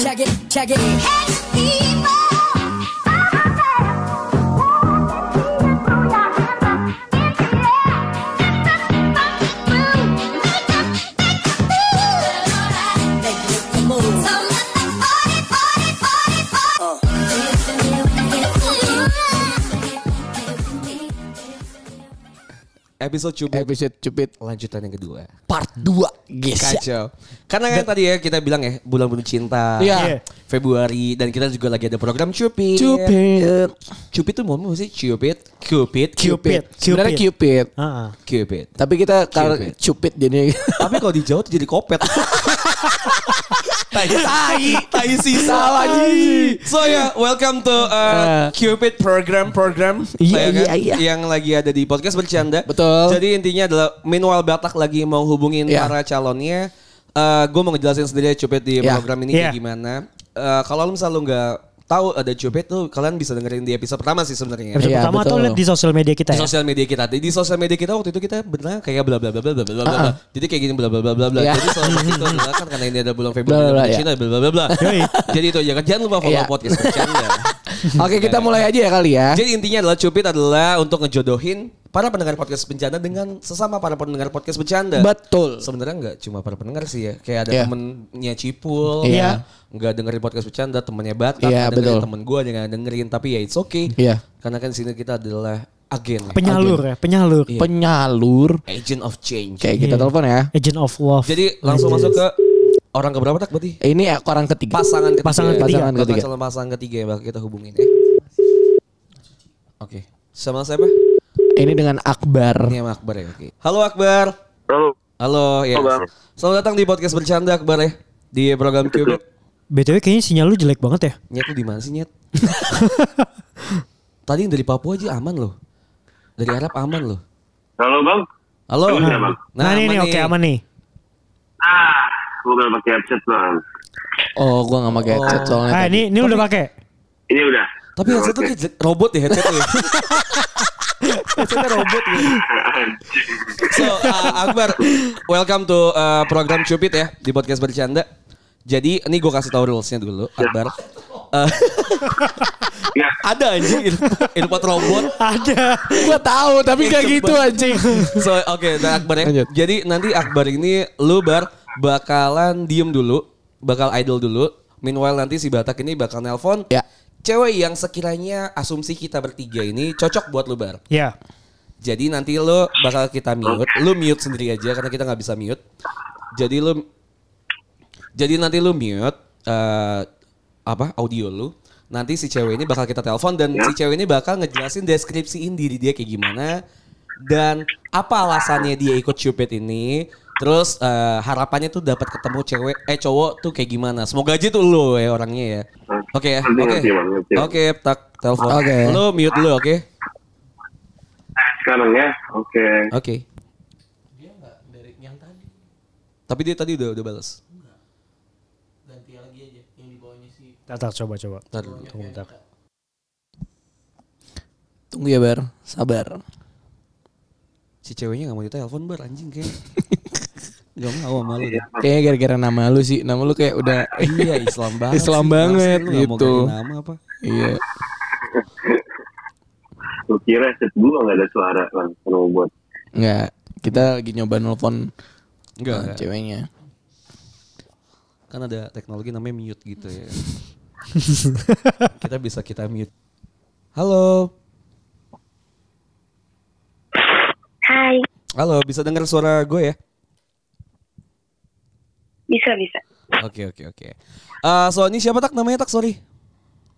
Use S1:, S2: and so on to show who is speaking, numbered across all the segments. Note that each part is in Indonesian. S1: Check it. Make it the move.
S2: Episode cubit
S3: Episode cupid
S2: lanjutan yang kedua.
S3: part 2 guys.
S2: Kacau. Karena kan tadi ya kita bilang ya bulan penuh cinta.
S3: Iya.
S2: Februari dan kita juga lagi ada program cupid.
S3: Cupid.
S2: Cupid tuh mau apa sih? Cupid, Cupid,
S3: Cupid. Sebenarnya
S4: Cupid.
S3: cupid.
S4: Ah, ah.
S2: Cupid.
S3: Tapi kita kalau
S2: Cupid.
S3: cupid jadi
S2: Tapi kalau di Jawa tuh jadi kopet. tai, tai, tai sisa lagi. So ya, welcome to uh,
S3: Eh.
S2: Cupid program program
S3: Iya,
S2: ya kan?
S3: iya, iya.
S2: yang lagi ada di podcast bercanda.
S3: Betul.
S2: Jadi intinya adalah Minwal Batak lagi mau hubungin
S3: Iya.
S2: para calonnya. Eh gue mau ngejelasin sendiri ya Cupid di
S3: Iya.
S2: program ini
S4: Iya.
S2: kayak gimana. Eh kalau lu misalnya lu nggak tahu ada Cupid tuh kalian bisa dengerin di episode pertama sih sebenarnya.
S4: Episode
S3: Iya,
S4: pertama
S3: betul.
S4: tuh lihat di sosial media kita
S2: Di
S4: ya.
S2: sosial media kita. Di sosial media kita waktu itu kita benar kayak bla bla bla bla bla bla bla. bla. Jadi kayak gini bla bla bla bla bla.
S3: Iya.
S2: Jadi selama itu adalah kan karena ini ada bulan
S3: Bla,
S2: Februari
S3: bla,
S2: bla,
S3: bla,
S2: Cina bla bla bla bla.
S4: Yoi.
S2: Jadi itu aja kan jangan lupa follow
S3: Iya.
S2: podcast bercanda.
S3: Oke, kita mulai aja ya kali ya.
S2: Jadi intinya adalah cupid adalah untuk ngejodohin para pendengar podcast bencana dengan sesama para pendengar podcast bencana.
S3: Betul.
S2: Sebenarnya nggak cuma para pendengar sih ya. Kayak ada
S3: Iya.
S2: temennya Cipul.
S3: Iya.
S2: Nggak dengerin podcast bercanda, temennya Batak.
S3: Iya,
S2: ada dengerin
S3: betul.
S2: temen gue, ada yang dengerin. Tapi ya it's okay.
S3: Iya.
S2: Karena kan sini kita adalah agen. ya.
S4: Penyalur ya, penyalur.
S3: Iya. Penyalur.
S2: Agent of Change.
S3: Kayak kita
S4: Iya.
S3: telepon ya.
S4: Agent of Love.
S2: Jadi
S3: Iya.
S2: langsung masuk ke orang keberapa tak berarti?
S3: Ini ya, orang ketiga.
S2: Pasangan ketiga. ya?
S4: Pasangan ketiga.
S3: Pasangan
S2: Bakal
S3: ketiga.
S2: calon pasangan ketiga yang bakal kita hubungin ya. Oke. Sama siapa?
S3: Ini dengan Akbar.
S2: Ini sama Akbar ya. Oke. Halo Akbar.
S5: Halo,
S2: Halo ya.
S5: Halo, Bang.
S2: Selamat datang di podcast bercanda Akbar ya. Di program Cupid.
S4: BTW kayaknya sinyal lu jelek banget ya.
S2: Nyet lu di mana sih Nyet? Tadi yang dari Papua aja aman loh. Dari Arab aman loh.
S5: halo bang.
S2: Halo.
S5: Aman ya, Bang?
S4: Nah, ini nih, oke aman nih.
S5: Ah, gue gak pakai headset bang.
S3: Oh, gua nggak pakai headset soalnya.
S4: Ah,
S3: Nah, tadi.
S4: ini ini udah pakai.
S5: Ini udah.
S2: Tapi headset tuh kayak robot ya headset tuh. ya. Headsetnya robot ya. So, uh, Akbar, welcome to uh, program Cupid ya di podcast bercanda. Jadi, ini gue kasih tau rulesnya dulu, Akbar. Uh,
S5: Ya,
S2: ada anjing earpod- earpod robot.
S4: Ada.
S3: Gua tahu tapi gak gitu anjing.
S2: So, oke, nah, Akbar ya.
S3: Lanjut.
S2: Jadi nanti Akbar ini lu bar bakalan diem dulu, bakal idle dulu. Meanwhile nanti si Batak ini bakal nelpon
S3: Ya.
S2: cewek yang sekiranya asumsi kita bertiga ini cocok buat lu bar.
S4: Ya.
S2: Jadi nanti lo bakal kita mute. Lo mute sendiri aja karena kita nggak bisa mute. Jadi lo jadi nanti lo mute eh, apa audio lo. Nanti si cewek ini bakal kita telepon dan si cewek ini bakal ngejelasin deskripsiin diri dia kayak gimana dan apa alasannya dia ikut cupid ini. Terus eh, harapannya tuh dapat ketemu cewek eh cowok tuh kayak gimana. Semoga aja tuh lo ya orangnya ya. Oke ya.
S5: Nanti,
S2: Oke.
S5: nanti, Bang, nanti.
S2: Oke, tak telepon.
S3: Oke.
S2: Lo mute dulu, oke?
S5: sekarang ya. Oke.
S2: Oke. Dia nggak dari yang tadi. Tapi dia tadi udah udah balas.
S4: Tata coba coba.
S2: Ntar dulu.
S4: Tunggu bentar.
S3: Tunggu ya Bar, sabar.
S2: Si ceweknya nggak mau ditelepon bar anjing kayak. gak mau sama lu deh.
S3: Kayaknya gara-gara nama lu sih. Nama lu kayak udah
S2: Iya Islam banget.
S3: Islam
S2: sih.
S3: banget
S2: Lu nggak mau
S3: gitu.
S2: ganti nama apa?
S3: Iya.
S5: Lu kira headset gue gak ada suara bang. Kalau buat.
S3: Enggak, kita lagi nyoba nelpon
S2: Enggak.
S3: eh, ceweknya.
S2: Kan ada teknologi namanya mute gitu ya. kita bisa kita mute. Halo.
S6: Hai,
S2: Halo, bisa dengar suara gue ya?
S6: bisa bisa.
S2: Oke, oke, oke. Eh, so ini siapa tak namanya tak? Sorry.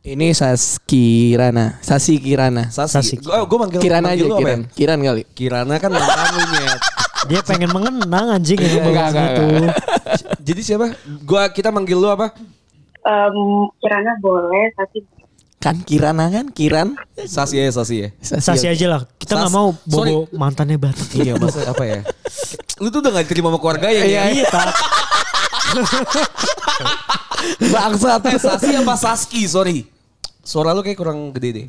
S3: Ini Saski Kirana, Sasi Kirana.
S2: Sasi.
S4: Sasi.
S2: Gue oh, gue manggil
S3: Kirana
S2: manggil
S3: aja,
S2: lu apa ya?
S3: Kiran. Kiran kali.
S2: Kirana kan nama kamu Nyet.
S4: Dia pengen mengenang anjing yang
S3: enggak,
S4: ngomong
S3: enggak,
S4: gitu.
S2: Jadi siapa? Gua kita manggil lu apa?
S6: Em, Kirana boleh, tapi
S3: Kan Kirana kan, Kiran.
S2: Sasi ya, Sasi ya.
S4: Sasi aja lah. Kita nggak
S2: Sas-
S4: mau
S2: Sorry.
S4: bobo mantannya batak.
S2: Iya, masa apa ya? Lu tuh udah gak terima sama keluarga ya? Iya,
S4: Iya, tak.
S3: Bangsat.
S2: Eh, Sasi apa Saski? Sorry. Suara lu kayak kurang gede deh.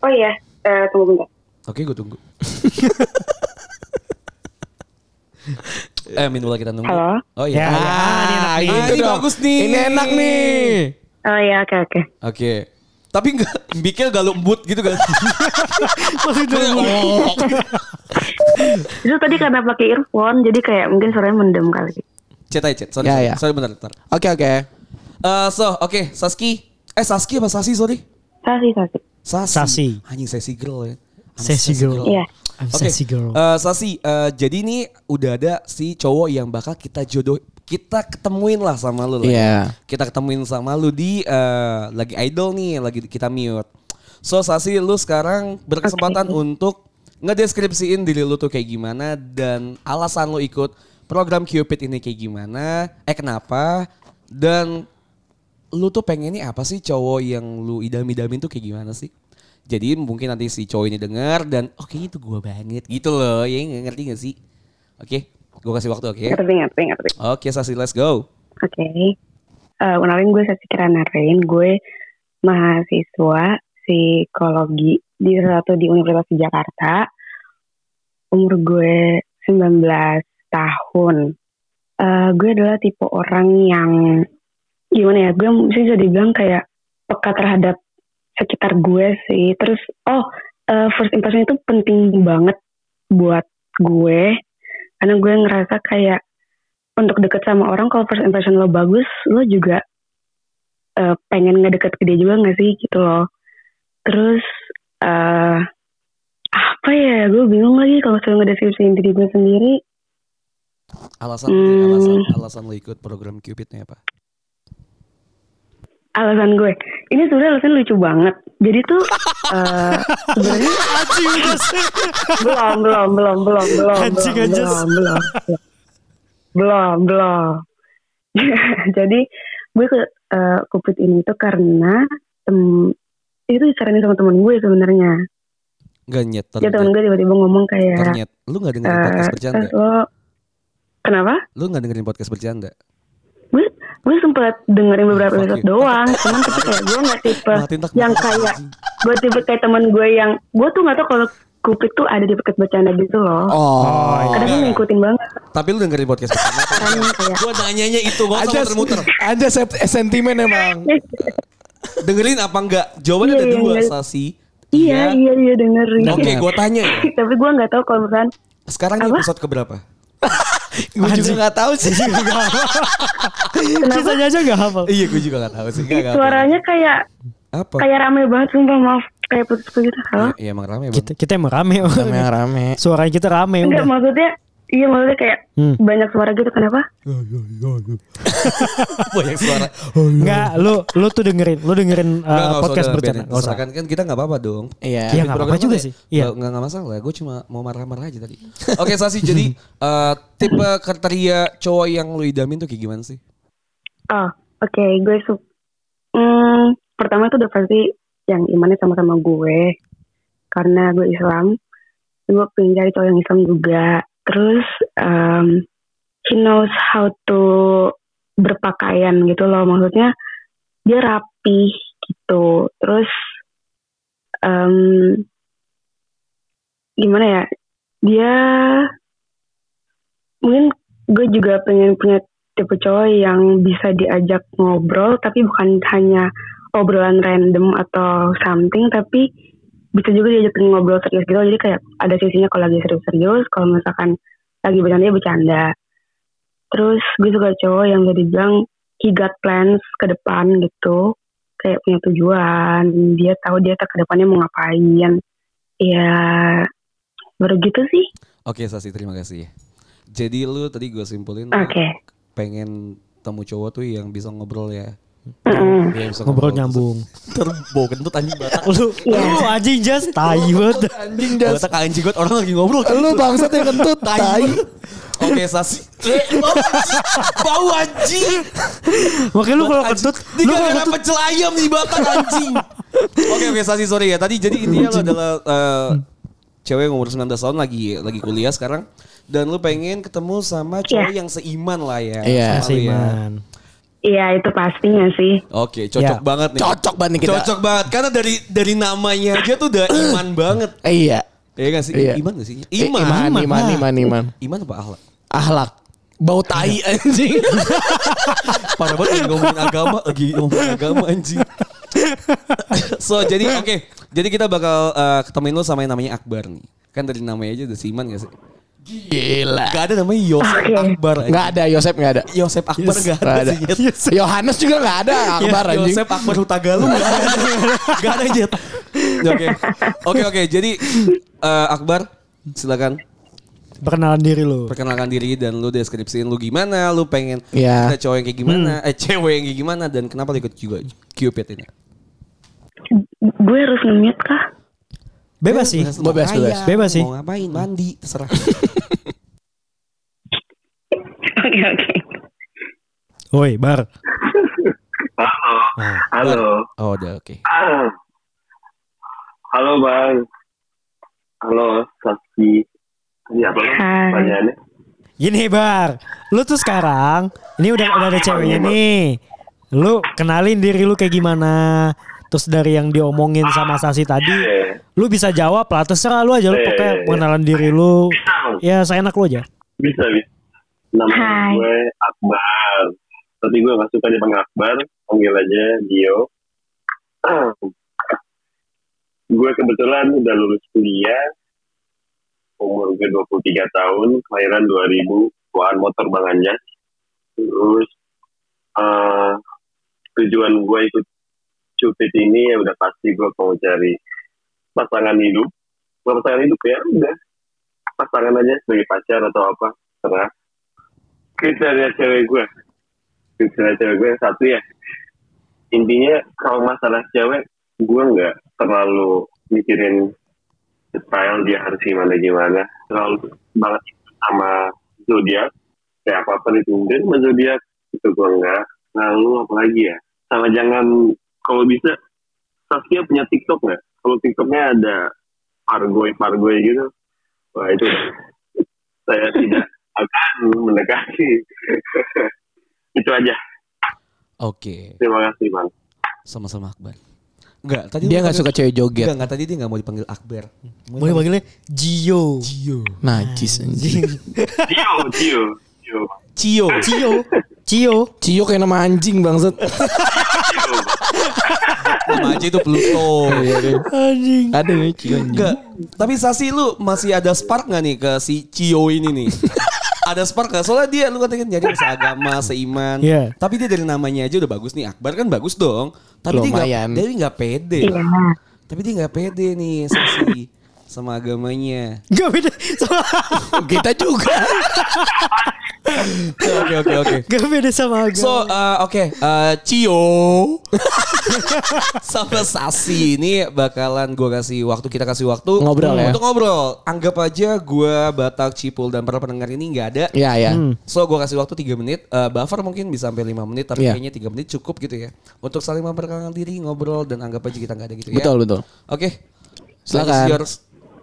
S6: oh iya, eh, tunggu bentar.
S2: Oke, gue tunggu. eh, minum lagi kita nunggu.
S6: Halo?
S2: Oh iya.
S4: Ya,
S2: Oh,
S4: ya. Ah, ini enak
S3: Ah,
S4: nih.
S2: ini bagus nih.
S3: Ini enak nih.
S6: Oh ya, oke oke.
S2: Oke. Tapi enggak bikin gak lembut gitu kan.
S6: Itu tadi karena pakai earphone, jadi kayak mungkin suaranya mendem kali.
S2: Chat aja, chat. Sorry,
S3: Ya,
S2: sorry.
S3: ya.
S2: sorry bentar, bentar.
S3: Oke oke.
S2: Eh, so, oke, Saski. Eh, Saski apa Sasi, sorry?
S6: Sasi sasi.
S2: Sasi.
S4: Sasi.
S2: Anjing sesi girl ya. I'm a
S4: Sesi girl.
S6: Iya.
S4: I'm
S2: Oke,
S4: sexy girl.
S2: eh, Sasi, eh, jadi nih udah ada si cowok yang bakal kita jodoh, kita ketemuin lah sama lu lah. ya.
S3: Iya.
S2: Kita ketemuin sama lu di eh, lagi idol nih, lagi kita mute. So Sasi, lu sekarang berkesempatan untuk ngedeskripsiin diri lu tuh kayak gimana dan alasan lu ikut program Cupid ini kayak gimana, eh kenapa dan lu tuh pengennya apa sih cowok yang lu idam-idamin tuh kayak gimana sih? Jadi mungkin nanti si cowok ini dengar dan oh kayaknya itu gua banget gitu loh. Ya nggak ngerti gak sih? Oke, gua kasih waktu oke.
S6: Ngerti ngerti ngerti.
S2: Oke, Sasi let's go.
S6: Oke. Eh, kenalin gue Sasi Kirana Rain. Gue mahasiswa psikologi di salah satu di Universitas di Jakarta. Umur gue 19 tahun. Eh, gue adalah tipe orang yang gimana ya? Gue mesti bisa dibilang kayak peka terhadap sekitar gue sih. Terus oh eh, first impression itu penting banget buat gue karena gue ngerasa kayak untuk deket sama orang kalau first impression lo bagus lo juga eh, pengen ngedeket ke dia juga gak sih gitu loh terus eh apa ya gue bingung lagi kalau selalu ngedeskripsiin diri gue sendiri
S2: Alasan deh, alasan
S6: Hmm.
S2: alasan lu ikut program Cupidnya apa?
S6: alasan gue ini sebenarnya alasan lucu banget jadi tuh eh sebenarnya
S4: Anjing udah sih.
S6: belum belum belum belum belum
S4: Anjing
S6: belum,
S4: aja.
S6: belum belum belum belum jadi gue ke eh, kupit ini tuh karena em, itu disaranin sama temen gue sebenarnya
S2: Gak nyet, ter-
S6: ya temen gue tiba-tiba ngomong kayak
S2: ternyet. Lu gak dengerin
S6: eh
S2: iya. podcast bercanda?
S6: "Tas lo kenapa
S2: Lu gak dengerin podcast bercanda?
S6: gue gue sempet dengerin beberapa
S2: Fuck
S6: episode
S2: you.
S6: doang cuman tapi kayak gue nggak tipe
S2: Matiin tak
S6: yang
S2: matiin,
S6: kayak
S2: anjing.
S6: gue tipe kayak temen gue yang gue tuh nggak tau kalau kupit tuh ada di paket bercanda gitu loh
S3: Oh.
S6: kadang
S2: iya.
S6: gue ngikutin banget
S2: Tapi lu dengerin podcast bercanda?
S6: kan kayak
S2: Gua nanyanya itu, gak usah muter-muter.
S3: Ada sep- sentimen emang.
S2: Dengerin apa enggak? Jawabannya
S6: Iya,
S2: ada
S6: iya,
S2: dua,
S6: iya.
S2: Sasi.
S6: Iya, iya, iya dengerin.
S2: Oke, gua tanya ya.
S6: Tapi gue nggak tahu kalau misalkan
S2: Sekarang ini
S6: Apa?
S2: episode keberapa?
S3: Gue juga nggak tahu sih.
S6: kenapa
S4: Kitanya aja gak hafal.
S2: Iya, gue juga gak tahu sih. Nggak, nggak
S6: suaranya kayak
S2: apa?
S6: kayak rame banget sumpah maaf kayak putus-putus gitu. Halo?
S2: Iya, emang rame
S4: Kita, kita emang rame.
S3: Rame rame.
S4: Suaranya kita rame udah.
S6: Enggak maksudnya Iya maksudnya kayak
S4: Hmm.
S6: banyak suara gitu kenapa?
S2: banyak suara.
S4: Enggak, lu lu tuh dengerin, lu dengerin
S2: Nggak,
S4: uh,
S2: nggak usah,
S4: Eh, podcast
S2: udah,
S4: bercanda.
S2: biarin.
S4: Nggak usah.
S2: Misalkan kan kita nggak apa-apa dong.
S3: Iya.
S4: Iya nggak apa-apa
S2: Program
S4: juga
S2: kan
S4: sih.
S2: ya,
S4: Iya.
S2: nggak- nggak masalah. Gue cuma mau marah-marah aja tadi. Oke Sasi, jadi eh, tipe kriteria cowok yang lu idamin tuh kayak gimana sih?
S6: Oh oke gue su hmm, pertama tuh udah pasti yang imannya sama-sama gue karena gue Islam gue pengen cari cowok yang Islam juga terus um, he knows how to berpakaian gitu loh maksudnya dia rapi gitu terus um, gimana ya dia mungkin gue juga pengen punya tipe cowok yang bisa diajak ngobrol tapi bukan hanya obrolan random atau something tapi bisa juga diajakin ngobrol serius gitu jadi kayak ada sisinya kalau lagi serius-serius kalau misalkan lagi bercanda ya bercanda terus gue suka cowok yang jadi bilang he got plans ke depan gitu kayak punya tujuan dia tahu dia ke depannya mau ngapain ya baru gitu sih
S2: Oke Sasi, terima kasih. Jadi lu tadi gue simpulin
S6: oke
S2: lu pengen temu cowok tuh yang bisa ngobrol ya.
S6: Mm-mm.
S2: Iya, bisa
S4: Ngobrol
S2: terus-
S4: nyambung.
S2: Terbau kentut anjing batak.
S4: Lu lu anjing just tai banget.
S3: Anjing jas.
S2: Batak anjing gue orang lagi ngobrol.
S3: Lu bangsat yang kentut tai.
S2: Oke Sasi. Eh, bau anjing. Bau anjing.
S4: Makanya lu kalau
S2: Anjing.
S4: kentut,
S2: Ini
S4: lu kalau
S2: gara-gara
S4: kentut
S2: pecel ayam nih batak anjing. Oke oke Sasi sorry ya. Tadi jadi intinya lu adalah eh, cewek yang umur 19 tahun lagi lagi kuliah sekarang dan lu pengen ketemu sama cowok yang seiman lah ya.
S3: Iya.
S2: sama lu ya.
S4: Siman.
S6: iya itu pastinya sih
S2: Oke, cocok
S4: Ya.
S2: banget nih.
S3: Iya. Cocok banget nih kita.
S2: Cocok banget karena dari dari namanya aja tuh udah iman banget.
S3: Iya.
S2: Iya gak sih?
S3: Iya.
S2: Iman gak sih?
S3: Eh,
S2: Iman.
S3: Iman,
S4: iman,
S3: iman, iman, iman.
S2: Iman apa akhlak?
S3: Ahlak. Bau tai anjing.
S2: Parah banget lagi ngomongin agama lagi ngomongin agama anjing. so jadi oke, jadi kita bakal eh, ketemuin lo sama yang namanya Akbar nih. Kan dari namanya aja udah Siman gak sih?
S3: Gila.
S2: Gak ada namanya Yosep
S6: Oke.
S2: Akbar. anjing.
S3: Nggak ada Yosep nggak ada.
S2: Yosep Akbar
S3: Yes,
S2: gak ada,
S3: nggak ada.
S2: sih. Jet.
S3: Yohanes juga nggak ada. Akbar
S2: Iya, Yosep
S3: anjing.
S2: Akbar Hutagalung gak ada. Gak ada Jet. Oke. Oke oke, jadi eh, Akbar silakan
S4: Perkenalan diri lo.
S2: perkenalkan diri dan lu deskripsiin lu gimana, lu pengen
S3: Iya.
S2: ada cowok yang kayak gimana, eh cewek yang kayak gimana dan kenapa lu ikut juga Cupid ini.
S6: Gue harus nge-mute kah?
S4: Bebas sih.
S3: Bebas, bebas.
S2: Ayah,
S4: Bebas sih.
S2: Mau ngapain? Mandi, terserah.
S6: Oke, oke.
S4: Woi, Bar.
S5: Halo. Halo.
S2: Oh, udah oke.
S5: Ah. Halo bang. Halo Saski. Ini apa lo?
S6: Hai.
S5: Pertanyaannya.
S4: Gini, Bar. Lu tuh sekarang ini udah udah ada ceweknya nih. Lu kenalin diri lu kayak gimana? Terus dari yang diomongin sama Sasi tadi,
S5: Eh,
S4: lu bisa jawab lah terserah lu aja lu
S5: Iya,
S4: pakai
S5: iya, iya.
S4: pengenalan diri lu.
S5: Bisa.
S4: Ya, saya enak lu aja.
S5: Bisa, bisa. Nama
S6: Hai.
S5: gue Akbar. Tapi gue gak suka dipanggil Akbar. Panggil aja Dio. gue kebetulan udah lulus kuliah. Umur gue 23 tahun. Kelahiran 2000. Tuaan motor Bang Anjas. Terus eh, tujuan gue ikut cupid ini ya udah pasti gue mau cari pasangan hidup. Bukan pasangan hidup ya, udah pasangan aja sebagai pacar atau apa terserah kriteria cewek gue kriteria cewek gue satu ya intinya kalau masalah cewek gue nggak terlalu mikirin style dia harus gimana gimana terlalu banget sama zodiak kayak apa apa ditungguin sama zodiak itu gue nggak lalu apa lagi ya sama jangan kalau bisa Saskia punya TikTok nggak kalau TikToknya ada pargoy pargoy gitu Wah itu saya tidak akan mendekati. itu aja.
S2: Oke,
S5: Terima kasih bang.
S2: sama-sama Akbar. Enggak, tadi lu
S3: Dia nggak
S2: panggil-
S3: suka cewek joget.
S2: Enggak, enggak tadi dia enggak mau dipanggil Akbar.
S4: Mau dipanggilnya Gio.
S2: Cio.
S3: Najis anjing.
S5: Cio, Cio, Cio,
S2: Cio.
S4: Cio. Cio.
S3: Cio kayak nama anjing bangsat.
S5: Cio.
S2: Nama aja itu Pluto.
S3: Iya,
S4: Anjing.
S3: Ada nih Cio anjing.
S2: Enggak, tapi Sasi lu masih ada spark nggak nih ke si Cio ini nih? ada spark gak? Soalnya dia lu katanya nyari seagama, seiman.
S4: Iya.
S2: Tapi dia dari namanya aja udah bagus nih. Akbar kan bagus dong. Tapi dia
S3: Lumayan.
S2: nggak dia nggak pede.
S6: Iya.
S2: Tapi dia nggak pede nih Sasi sama agamanya.
S4: Gak beda.
S3: Kita juga.
S2: Oke oke oke.
S4: Gak beda sama agama.
S2: So uh, oke uh, Cio sama Sasi ini bakalan gue kasih waktu kita kasih waktu
S3: Ngobrol ya.
S2: untuk ngobrol. Anggap aja gue Batak Cipul dan para pendengar ini nggak ada.
S3: Ya ya.
S4: Hmm.
S2: So gue kasih waktu 3 menit, Eh, buffer mungkin bisa sampai 5 menit tapi
S3: Iya.
S2: kayaknya 3 menit cukup gitu ya. Untuk saling memperkenalkan diri, ngobrol dan anggap aja kita nggak ada gitu ya.
S3: Betul betul.
S2: Oke.
S3: Silakan.
S2: Stage is yours.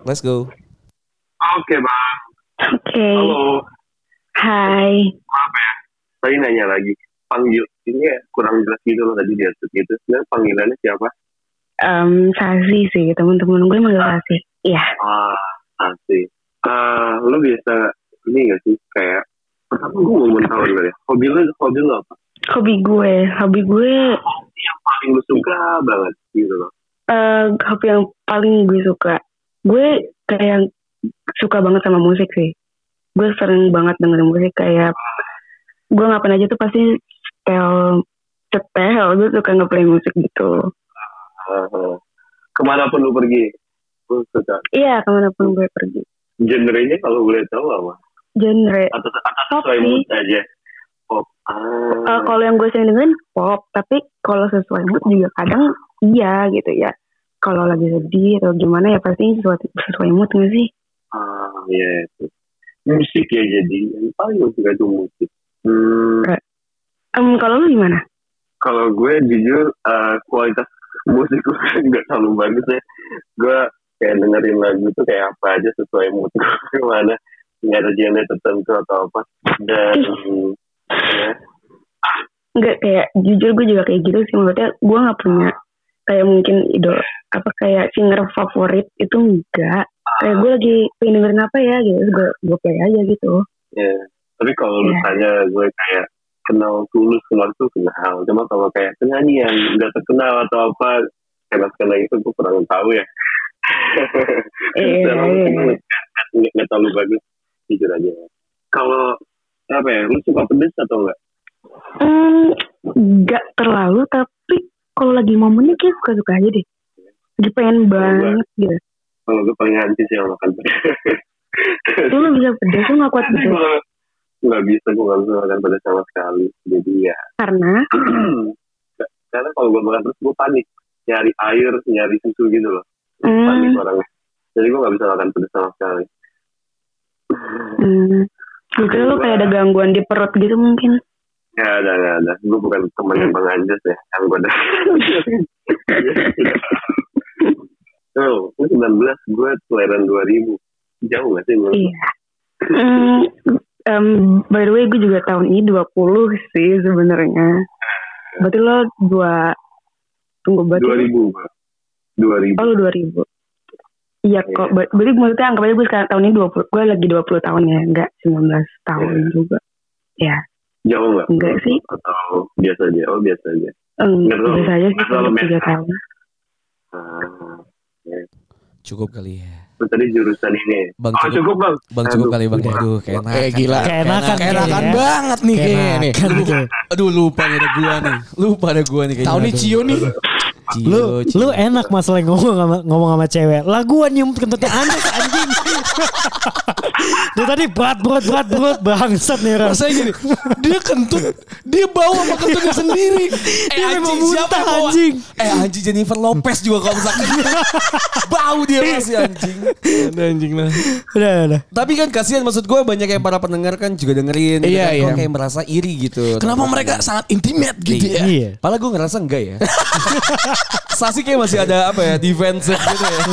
S2: Let's go.
S5: Oke bang.
S6: Oke.
S5: Halo.
S6: Hai.
S5: Maaf ya. Tadi nanya lagi. Panggil ini ya kurang jelas gitu loh tadi dia gitu. Sebenarnya panggilannya siapa?
S6: Em Sasi sih, teman-teman gue manggil Sasi. Iya.
S5: Ah, asli. Ah, lu biasa ini gak sih kayak pertama gue mau mengetahui dulu ya. Hobi lu, hobi lu apa?
S6: Hobi gue, hobi gue,
S5: Yang paling lu suka banget gitu loh.
S6: eh hobi yang paling gue suka. Gue kayak suka banget sama musik sih. Gue sering banget dengerin musik kayak gue ngapain aja tuh pasti setel setel gue suka ngeplay musik gitu.
S5: Heeh. Ah, kemana pun lu pergi lu suka
S6: Iya, kemanapun gue pergi.
S5: genrenya kalau boleh tahu apa
S6: Genre
S5: atau atau
S6: Pop
S5: sesuai
S6: sih.
S5: mood aja pop ah
S6: Eh, kalau yang gue sering dengerin pop, tapi kalau sesuai mood juga kadang iya gitu ya. Kalau lagi sedih atau gimana ya pasti sesuai, sesuai mood gak sih?
S5: ah iya itu musik ya jadi yang paling gue suka itu musik hmm,
S6: Em, kalau lu gimana?
S5: kalau gue jujur eh, kualitas musik gue nggak terlalu bagus ya gue kayak dengerin lagu tuh kayak apa aja sesuai mood gue gimana nggak ada genre tertentu atau apa dan ya,
S6: Enggak kayak jujur gue juga kayak gitu sih maksudnya gue nggak punya kayak mungkin idol apa kayak singer favorit itu enggak kayak gue lagi pengen dengerin apa ya gitu gue gue play aja gitu
S5: ya Tapi kalau
S6: Iya.
S5: lu tanya gue kayak kenal tulus kenal tuh kenal. Cuma kalau kayak penyanyian udah terkenal atau apa skena-skena itu gue gitu, kurang tahu ya.
S6: Iya,
S5: Dalam
S6: iya.
S5: musik gue nggak- nggak nggak terlalu bagus jujur aja. Kalau apa ya, lu suka pedes atau enggak?
S6: Hmm, nggak terlalu tapi kalau lagi momennya kayak suka-suka aja deh. Lagi pengen banget gitu.
S5: Kalau gue paling anti sih yang makan pedes.
S6: Lu nggak bisa pedes, lu nggak kuat pedes.
S5: Nggak bisa, gue nggak bisa makan pedas sama sekali. Jadi ya
S6: Karena
S5: karena kalau gue makan terus gue panik nyari air nyari susu gitu loh panik
S6: hmm,
S5: gitu orangnya jadi gue gak bisa makan pedas sama sekali
S6: hmm, Gue kira lu kayak ada gangguan di perut gitu mungkin.
S5: ya ada gak ada gue bukan
S6: Hmm.
S5: temennya bang Anjas ya yang gue ada Iya. Oh, gue 19, gue kelahiran 2000. Jauh gak sih? menurut lu?
S6: Iya. Hmm, em, by the way gue juga tahun ini 20 sih sebenarnya. Berarti lo dua tunggu berarti
S5: 2000 gua. 2000.
S6: Oh, lu 2000. Iya kok. Ber- Berarti maksudnya anggap aja gue sekarang tahun ini 20. Gue lagi 20 tahun ya. Enggak 19 tahun
S5: Iya.
S6: juga. Ya.
S5: Jauh gak?
S6: Enggak sih.
S5: Atau biasa aja? Oh, biasa aja. Enggak
S6: Enggak
S5: terlalu-
S6: bisa aja sih
S5: enggak terlalu
S6: 3
S5: mepet.
S6: tahun.
S5: Ah,
S2: Cukup kali ya.
S5: lu tadi jurusan ini.
S2: Bang,
S5: oh,
S2: cukup.
S5: cukup bang.
S2: Bang cukup
S5: Aduh.
S2: kali bang. Aduh kayak enak.
S3: Eh gila.
S4: Keenakan
S3: Keenakan
S4: kayaknya.
S3: banget nih kayaknya nih.
S4: Keenakan tuh.
S2: Aduh lupa nih ada gua nih. Lupa ada gua nih kayaknya.
S3: Tahun ini
S2: Aduh.
S3: Cio nih.
S2: Cio,
S4: Lu
S2: Cio.
S4: lu enak masalah ngomong sama ngomong sama cewek. Lah gua nyium kentutnya Anas anjing. Lu tadi berat berat berat berat bangsat nih orang.
S3: Rasanya gini. Dia kentut. Dia bawa sama kentutnya sendiri.
S4: Dia memang
S2: siapa
S4: muntah,
S2: yang bawa?
S4: anjing.
S2: Eh anjing Jennifer Lopez juga kalau misalkan bau dia pasti anjing.
S3: Ada anjing lah.
S4: Udah udah.
S2: Tapi kan kasihan maksud gue banyak yang para pendengar kan juga dengerin. gitu
S3: Iya,
S2: kan.
S3: iya.
S2: Kok kayak merasa iri gitu.
S3: Kenapa mereka sangat intimate gitu ya?
S4: Iya.
S2: Padahal gue ngerasa enggak ya. Sasi kayak masih ada apa ya defensive gitu ya.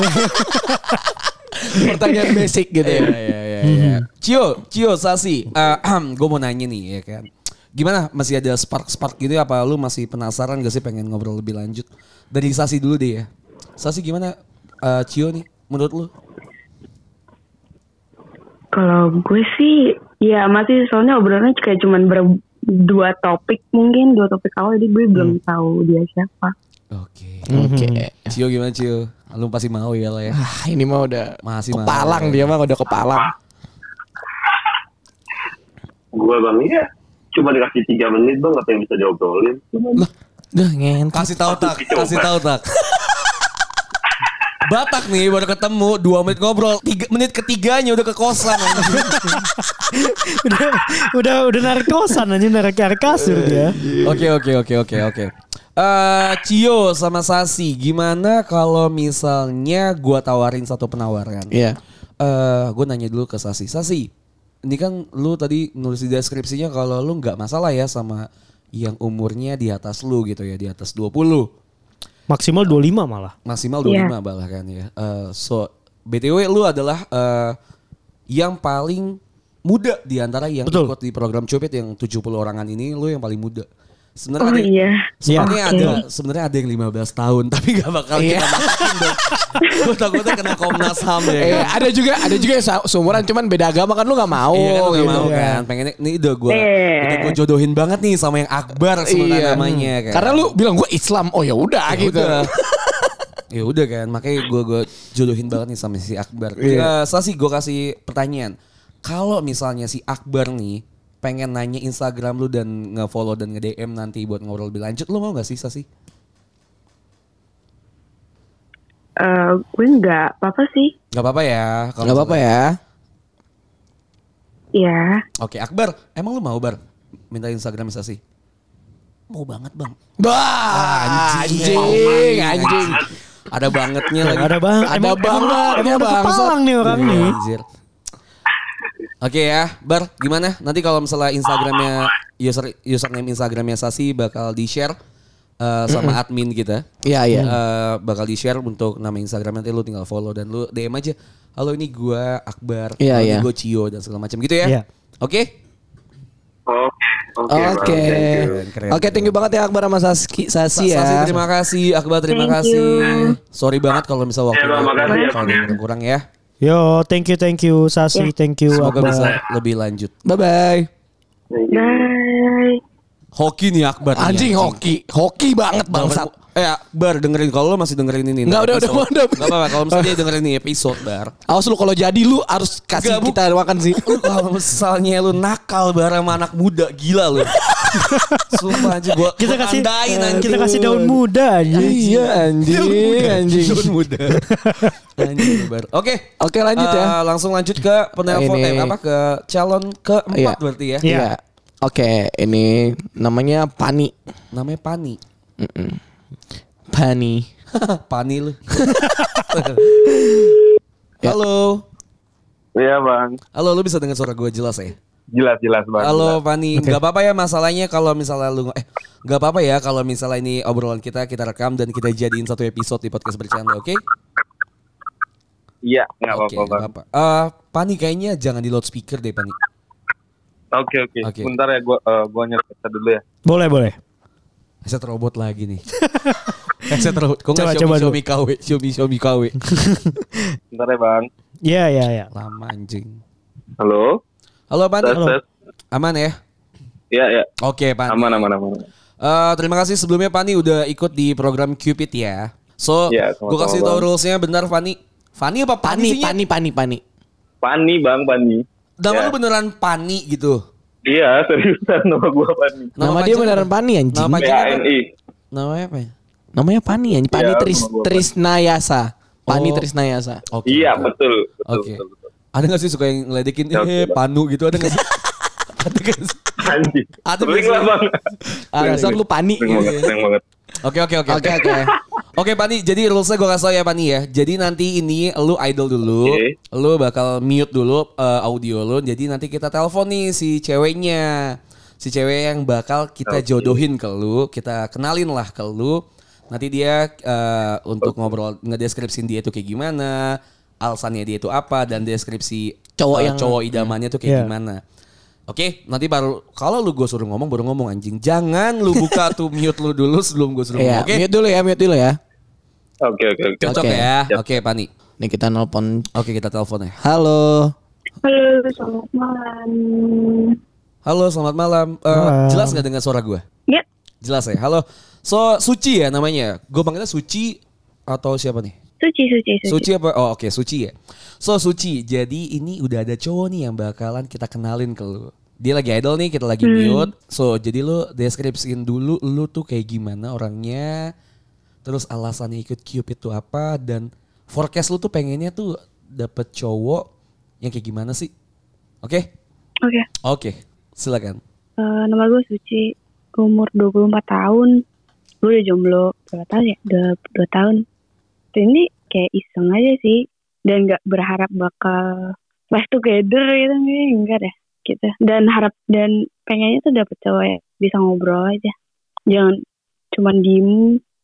S3: Pertanyaan basic gitu ya.
S2: Iya, iya, iya, iya. Cio, Cio, Sasi, gue mau nanya nih ya kan. Gimana masih ada spark-spark gitu ya? apa lu masih penasaran gak sih pengen ngobrol lebih lanjut? Dari Sasi dulu deh ya. Sasi gimana eh, Cio nih menurut lu?
S6: Kalau gue sih ya masih soalnya obrolannya kayak cuman ber dua topik mungkin dua topik awal jadi gue belum
S2: Hmm.
S6: tahu dia siapa.
S2: Oke.
S4: Mhm.
S3: Oke.
S2: Cio gimana Cio? Lu pasti mau ya lah ya.
S3: Ah, ini mah udah
S2: Masih
S3: kepalang
S2: mau.
S3: dia mah udah kepalang.
S5: Gue bang, iya. Cuma dikasih 3 menit bang, apa yang bisa diobrolin?
S3: Udah ngentot.
S2: Kasih tahu tak, kasih tahu tak. Batak nih baru ketemu dua menit ngobrol tiga, menit ketiganya udah ke kosan anjing.
S4: udah udah udah narik kosan anjing narik narik kasur dia.
S2: Oke oke oke oke oke. Eh Cio sama Sasi, gimana kalau misalnya gua tawarin satu penawaran?
S3: Iya.
S2: Eh, gue nanya dulu ke Sasi. Sasi, ini kan lu tadi nulis di deskripsinya kalau lu nggak masalah ya sama yang umurnya di atas lu gitu ya, di atas 20.
S4: Maksimal 25 malah.
S2: Maksimal 25
S6: Iya.
S2: malah kan ya. Eh, so, BTW lu adalah eh, yang paling muda di antara yang
S4: Betul.
S2: ikut di program Cupid yang 70 orangan ini, lu yang paling muda. Sebenarnya
S6: Oh
S2: ada-
S6: iya.
S2: Sebenarnya
S6: Oke.
S2: ada sebenarnya ada yang 15 tahun tapi gak bakal
S3: Iya.
S2: kita masukin dong. Gue takutnya kena Komnas HAM ya.
S3: Eh,
S2: kan?
S3: ada juga ada juga yang sa- seumuran cuman beda agama kan lu nggak mau.
S2: iya kan lu gak
S3: gitu.
S2: mau kan. Pengennya ini udah gue
S6: Iya.
S2: udah gue jodohin banget nih sama yang Akbar sebenarnya
S3: Iya.
S2: namanya kan.
S3: Karena lu bilang gue Islam. Oh ya udah
S2: Ya
S3: gitu.
S2: udah. ya udah kan makanya gue gue jodohin banget nih sama si Akbar.
S3: Iya.
S2: Kira Sasi gue kasih pertanyaan. Kalau misalnya si Akbar nih pengen nanya Instagram lu dan nge-follow dan nge-DM nanti buat ngobrol lebih lanjut, lu mau gak sih Sasi?
S6: Eh, gue nggak apa-apa sih.
S2: Gak apa-apa ya. kalau
S3: Gak apa-apa ya.
S6: Ya.
S2: Oke Akbar, emang lu mau Bar? Minta Instagram Sasi? Mau banget bang.
S4: Ah,
S3: Bah, anjing, anjing.
S2: Ada bangetnya lagi.
S4: Ada bang,
S3: Ada
S4: emang, emang,
S3: banget,
S4: emang
S3: ya,
S4: udah
S3: bangsat.
S4: kepalang nih orang
S2: Iya,
S4: nih.
S2: anjir. Oke ya, Bar, gimana? Nanti kalau misalnya Instagramnya user username Instagramnya Sasi bakal di share sama admin kita.
S3: Iya iya.
S2: Eh, bakal di share untuk nama Instagram nanti lu tinggal follow dan lu DM aja. Halo ini gua Akbar,
S3: Iya,
S2: halo,
S3: iya.
S2: ini gua Cio dan segala macam gitu ya.
S4: Iya.
S2: Oke?
S5: Oke, oke.
S3: Oke.
S5: Bang. Thank you.
S2: keren,
S3: Oke, thank you banget ya Akbar sama Saski, Sasi ya.
S2: Sasi terima kasih, Akbar terima
S6: Thank
S2: kasih.
S6: you.
S2: Sorry banget kalau misalnya waktu
S5: Ya, Bang, makasih ya,
S2: kalau
S5: Bang, ya.
S2: kurang ya.
S4: Iya, Yo, thank you, thank you, Sasi, thank you.
S2: Semoga
S4: Akbar.
S2: bisa lebih lanjut.
S3: Bye bye.
S6: Bye.
S2: Hoki nih Akbar. nih,
S3: Anjing hoki, hoki banget bangsat.
S2: Bangsat. Eh Akbar dengerin kalau lo masih dengerin ini.
S3: Nggak, udah, udah,
S2: episode.
S3: udah.
S2: Nggak apa-apa kalau misalnya dia dengerin ini episode Bar.
S3: Awas lu kalau jadi lu harus kasih
S2: Nggak, bu-
S3: kita makan sih.
S2: Lu kalau misalnya lu nakal bareng sama anak muda gila lu. Sumpah aja gua
S4: Kita
S2: gua
S4: kasih Eh,
S2: tandain anjing.
S4: kita kasih daun muda aja.
S3: iya anjing, anjing.
S2: Daun muda. anjing Bar. Oke.
S3: Oke, lanjut ya. Nah,
S2: Eh, langsung lanjut ke penelpon
S3: Ini.
S2: eh, apa ke calon keempat
S3: Iya.
S2: berarti ya.
S4: Iya.
S3: Iya. Oke, ini namanya Pani.
S2: Namanya Pani.
S3: Pani.
S2: Pani lu.
S4: Ya.
S2: Halo.
S1: Iya bang,
S2: Halo, lu bisa dengar suara gue jelas ya?
S1: jelas jelas bang.
S2: Halo Fani, nggak apa-apa ya masalahnya kalau misalnya lu eh nggak apa-apa ya kalau misalnya ini obrolan kita kita rekam dan kita jadiin satu episode di podcast bercanda, oke?
S1: Iya nggak
S2: Oke,
S1: apa-apa bang.
S2: nggak apa. Eh, Pani kayaknya jangan di loudspeaker deh Pani.
S1: Oke oke.
S2: Oke.
S1: Bentar ya, gua eh, gua nyerita dulu ya.
S4: Boleh boleh.
S2: Headset robot lagi nih. Headset robot. Kok
S4: Coba,
S2: nggak
S4: coba
S2: Xiaomi
S4: dulu.
S2: Xiaomi KW, Xiaomi Xiaomi KW.
S1: Bentar ya bang.
S4: Iya iya iya.
S2: Lama anjing.
S1: Halo.
S2: Halo Pani.
S1: Tes, tes.
S2: Aman ya?
S1: Iya iya.
S2: Oke Pani.
S1: Aman aman aman.
S2: Eh, terima kasih sebelumnya Fani udah ikut di program Cupid ya. So,
S1: Iya, sama-sama,
S2: gue kasih tau
S1: Bang.
S2: rules-nya benar Fani. Fani apa Pani,
S3: Pani,
S2: sihnya?
S3: Pani, Pani, Pani.
S1: Pani bang Pani.
S2: Nama
S1: Ya.
S2: lu beneran Pani gitu.
S1: Iya seriusan nama gua Pani.
S3: Nama dia
S2: pacarnya
S3: beneran
S2: apa?
S3: Pani anjing.
S2: Nama pacarnya apa?
S1: PANI.
S2: Namanya apa ya?
S3: Namanya Pani anjing. Pani
S1: Iya,
S3: Tris,
S1: nama gua Pani.
S3: Trisnayasa. Pani
S2: Oh.
S3: Trisnayasa.
S2: Oke.
S1: Iya
S2: oke.
S1: betul betul
S2: Oke.
S1: betul. betul.
S2: Ada gak sih suka yang ngeledekin
S1: Ya, oke,
S2: eh
S1: Bang.
S2: panu gitu ada gak sih? ada gak sih?
S1: Anjing.
S2: Ada
S1: Sering
S2: biasanya.
S1: lah bang.
S2: Ada.
S3: Dasar Ah, lu Pani.
S2: gitu
S3: Iya,
S1: Sering
S2: ya.
S1: banget, sering banget.
S2: Oke oke oke.
S3: Oke, oke.
S2: Oke Pani, jadi rulesnya gue kasih tau ya Pani ya. Jadi nanti ini lu idle dulu,
S1: Oke.
S2: lu bakal mute dulu eh, audio lu. Jadi nanti kita telepon nih si ceweknya, si cewek yang bakal kita jodohin ke lu, kita kenalin lah ke lu. Nanti dia eh, untuk ngobrol ngedeskripsiin dia tuh kayak gimana, alasannya dia itu apa dan deskripsi
S3: Cowok
S2: eh,
S3: yang-
S2: cowok idamannya tuh kayak
S4: Iya.
S2: gimana. Oke, nanti baru kalau lu gue suruh ngomong baru ngomong anjing. Jangan lu buka tuh mute lu dulu sebelum gue suruh
S3: Iya,
S2: ngomong. Oke.
S3: mute dulu ya, mute dulu ya.
S1: Oke oke oke.
S2: Cocok
S3: Oke.
S2: ya. Oke, Pani.
S3: Nih kita nelpon.
S2: Oke, kita telepon ya.
S3: Halo.
S6: Halo, selamat malam.
S2: Halo, selamat malam. Eh,
S4: Malam.
S2: Jelas nggak dengan suara gue?
S6: Ya,
S2: Jelas ya. Halo. So, Suci ya namanya. Gue panggilnya Suci atau siapa nih?
S6: suci, suci, suci.
S2: Suci apa? Oh, oke, Suci ya. So, Suci. Jadi ini udah ada cowok nih yang bakalan kita kenalin ke lu. Dia lagi idol nih, kita lagi mute. So, jadi lu deskripsiin dulu lu tuh kayak gimana orangnya. Terus alasannya ikut Cupid tuh apa dan forecast lu tuh pengennya tuh dapet cowok yang kayak gimana sih? Oke?
S6: Oke,
S2: Oke, silakan.
S6: eh, nama gue Suci, umur 24 tahun. Gue udah jomblo berapa tahun ya? Udah 2 tahun. Terus ini kayak iseng aja sih. Dan gak berharap bakal last together gitu. kayaknya Enggak deh. Gitu. Dan harap, dan pengennya tuh dapet cowok yang bisa ngobrol aja. Jangan cuman diem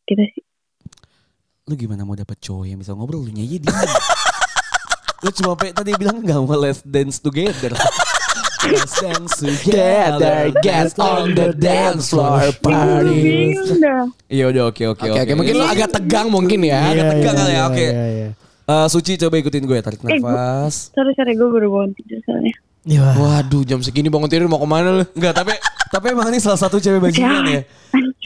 S6: gitu sih.
S2: Lu gimana mau dapet cowok yang bisa ngobrol lu nyanyi dia. lu cuma pe tadi bilang nggak mau let's dance together. let's dance together.
S3: Gather, get on the dance floor
S6: Gue
S3: party.
S6: bingung dah.
S2: Iya udah oke oke
S3: Oke, oke, mungkin
S2: lu
S3: lo agak tegang mungkin ya.
S2: agak
S4: Iya,
S2: tegang
S4: iya,
S2: kali ya,
S4: iya,
S2: oke.
S4: iya, iya.
S2: Eh, Suci coba ikutin gue tarik
S6: Eh, gue-
S2: nafas.
S6: Sorry, sorry. Gue baru bangun tidur soalnya.
S4: Iya.
S3: Waduh, jam segini bangun tidur mau kemana lu?
S2: Enggak tapi tapi emang ini salah satu cewek bajingan ya.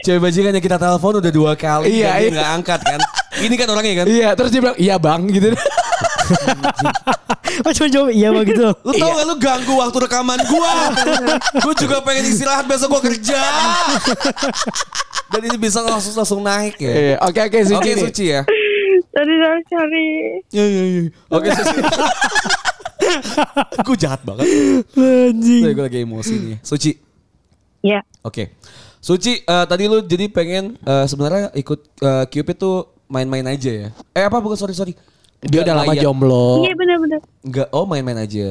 S2: Cewek bajingan yang kita telepon udah dua kali
S3: Iya,
S2: dan dia
S3: iya.
S2: nggak angkat kan. Ini kan orangnya kan.
S3: Iya, terus dia bilang, iya bang gitu.
S4: Oh cuma jawab iya mah gitu.
S2: Lu tau gak lu ganggu waktu rekaman gua Gua juga pengen istirahat besok gua kerja Dan ini bisa langsung langsung naik ya
S3: Iya, oke oke
S2: Oke
S3: Suci. nih.
S2: Suci ya
S6: Sorry, sorry, sorry.
S2: Iya iya iya Oke Suci Gua jahat banget
S4: Anjing.
S2: Sorry, Gua lagi emosi nih Suci
S6: Ya,
S2: Oke Suci eh, tadi lu jadi pengen eh, sebenarnya ikut eh, Cupid tuh main-main aja ya Eh apa bukan sorry sorry
S3: Dia udah lama
S2: Layak. Oh.
S3: jomblo.
S6: iya benar-benar.
S2: Enggak oh main-main aja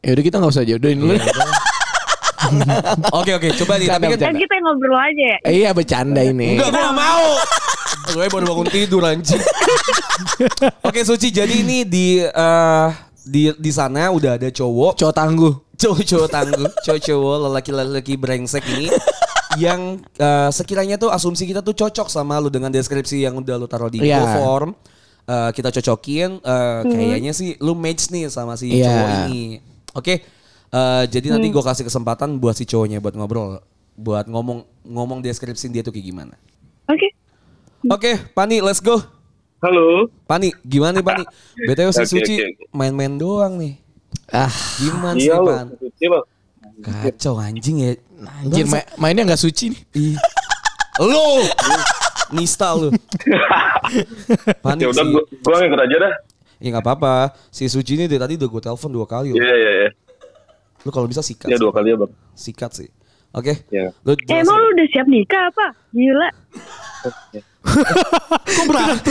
S3: Ya udah kita nggak usah jodohin dulu.
S2: Oke oke coba nih tapi kan
S6: Kan
S3: Bercanda.
S6: kita ngobrol aja ya.
S3: Eh, Iya bercanda ini.
S2: Enggak, gue gak mau. Gue baru bangun tidur anjing. Oke Suci, jadi ini di eh, di di sana udah ada cowok,
S3: Cowok tangguh.
S2: cowok-cowok tangguh, cowok-cowok lelaki-lelaki brengsek ini yang eh, sekiranya tuh asumsi kita tuh cocok sama lu dengan deskripsi yang udah lu taruh di
S3: Iya.
S2: Google form. Eh, kita cocokin eh, kayaknya sih lu match nih sama si
S3: Iya.
S2: cowok ini. Oke. Eh, jadi
S1: Hmm.
S2: nanti gue kasih kesempatan buat si cowoknya buat ngobrol, buat ngomong ngomong deskripsiin dia tuh kayak gimana.
S6: Oke.
S2: Oke, Pani, let's go.
S1: Halo.
S2: Pani, gimana nih Pani? BTW si
S1: Oke,
S2: Suci
S1: oke, oke.
S2: main-main doang nih.
S3: Ah,
S2: Gimana sih,
S1: Iya lo.
S2: Pan? Kacau anjing ya.
S3: anjir ma- mainnya nggak suci nih.
S2: Ih. Lo Nista lu Pani
S1: Ya udah
S2: sih
S1: gua, gua ngikut aja dah.
S2: Ya gak apa-apa Si Suci ini dari tadi udah gue telepon dua kali
S1: Iya
S2: lo.
S1: iya iya.
S2: Lu kalau bisa sikat
S1: Ya
S2: sih.
S1: dua kali ya bang.
S2: Sikat sih Oke
S1: Iya.
S2: Lu
S6: Eh,
S4: ya.
S6: emang lu udah siap nikah apa? Gila.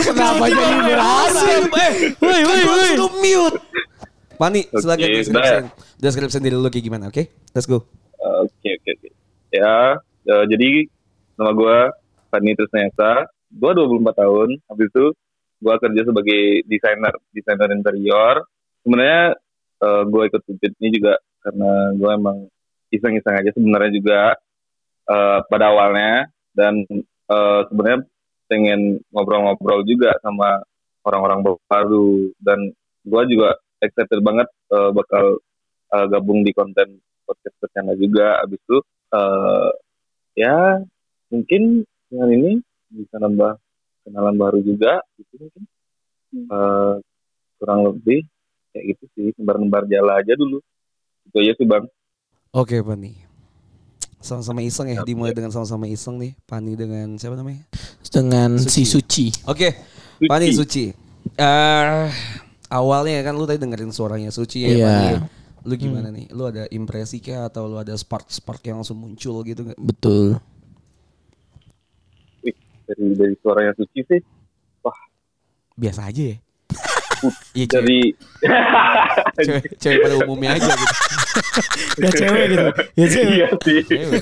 S3: Kenapa jadi berhasil?
S2: Woi woi woi Lu Eh, mute Pani
S1: Oke,
S2: silakan
S1: udah ya.
S2: deskripsiin Deskripsiin diri lu kayak gimana oke Let's go
S1: Eh, Oke oke oke. Ya, eh, jadi nama gue Fani Trisnesa. Gue 24 tahun. Habis itu gue kerja sebagai desainer, desainer interior. Sebenarnya gue ikut Pipit ini juga karena gue emang iseng-iseng aja sebenarnya juga eh, pada awalnya dan eh, sebenarnya pengen ngobrol-ngobrol juga sama orang-orang baru dan gue juga excited banget eh, bakal eh, gabung di konten podcast bersama juga abis itu eh, ya mungkin dengan ini bisa nambah kenalan baru juga gitu mungkin Eh, kurang lebih kayak gitu sih nembar-nembar jala aja dulu itu aja sih bang
S2: Oke Pani sama-sama iseng ya dimulai dengan sama-sama iseng nih Pani dengan siapa namanya
S3: Dengan si suci.
S2: Oke, Pani Suci. Eh awalnya kan lu tadi dengerin suaranya Suci ya,
S3: Iya.
S2: Pani. Lu gimana nih? Lu ada impresi kah atau lu ada spark-spark yang langsung muncul gitu nggak?
S3: Betul.
S1: Wih, dari dari suaranya suci sih
S2: Biasa aja ya. Iya, cewek,
S1: dari
S2: cewek, cewek pada umumnya aja gitu.
S4: Ya cewek gitu. Ya cewek.
S1: iya sih
S2: Cewek.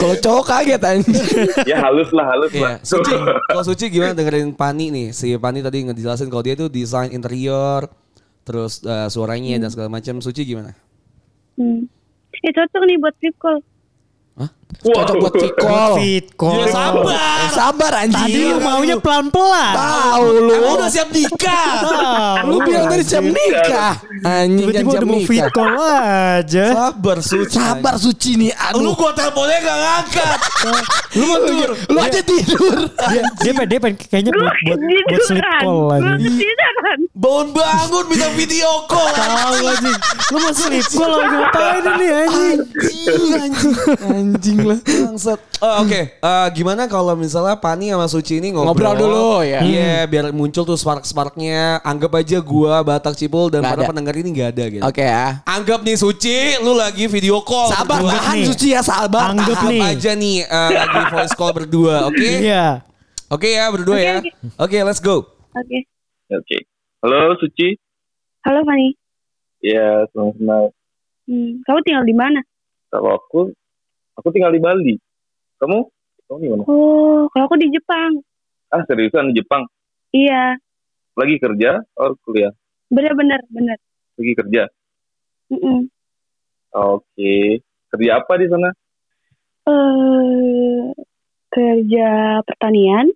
S3: Kalau cowok kaget anjing.
S1: ya halus lah halus
S2: Iya,
S1: lah
S2: Suci. Kalau Suci gimana dengerin Pani nih? Si Pani tadi ngejelasin kalau dia itu desain interior, terus eh, suaranya dan segala macam. Suci gimana?
S6: Hmm. Eh, cocok nih buat trip call.
S3: Cocok buat cikol.
S4: Covid, kol.
S3: Eh, sabar anjing.
S4: Tadi lu maunya pelan-pelan.
S3: tahu lu. udah siap nikah.
S4: Tahu.
S3: lu bilang tadi siap nikah. Anjing kan
S4: tiba-tiba
S3: siap
S4: udah mau
S3: nikah.
S4: fit call aja.
S2: Sabar Suci.
S3: Sabar suci nih. Aduh. Lu gua teleponnya gak ngangkat. lu mau tidur. Lu aja tidur.
S4: Dia dia pengen, dia pengen kayaknya Ya, buat buat, buat sleep call
S6: aja.
S4: aja.
S6: kan.
S3: Bangun-bangun minta video call.
S4: Tahu anjing. Lu mau sleep call lagi ngapain ini anjing?
S3: Anjing, anjing. Anjing lah.
S2: Bangsat. Oh, Oke, Eh, gimana kalau misalnya Pani sama Suci ini ngobrol,
S3: Ngobrol dulu, ya.
S2: Iya, biar muncul tuh spark-sparknya. Anggap aja gua Batak Cipul dan
S3: Nggak
S2: para
S3: ada.
S2: pendengar ini nggak ada gitu.
S3: Oke ya.
S2: Anggap nih Suci, lu lagi video call.
S3: Sabar
S4: Anggap
S3: tahan
S4: nih.
S3: suci ya sabar.
S4: Anggap
S3: tahan.
S4: nih.
S2: Anggap aja nih eh, lagi voice call berdua, oke?
S4: Iya.
S2: Oke ya, berdua
S6: Oke,
S2: ya.
S6: oke.
S2: Oke, let's go.
S6: Oke.
S1: oke halo suci
S6: Halo Fani.
S1: ya senang senang
S6: Hmm. Kamu tinggal di mana?
S1: kalau aku aku tinggal di Bali kamu kamu di mana
S6: Oh, kalau aku di Jepang.
S1: ah seriusan di Jepang
S6: Iya.
S1: lagi kerja or kuliah
S6: Bener-bener, bener. Hmm,
S1: lagi kerja
S6: Mm-mm.
S1: oke kerja apa di sana
S6: Eh, kerja pertanian.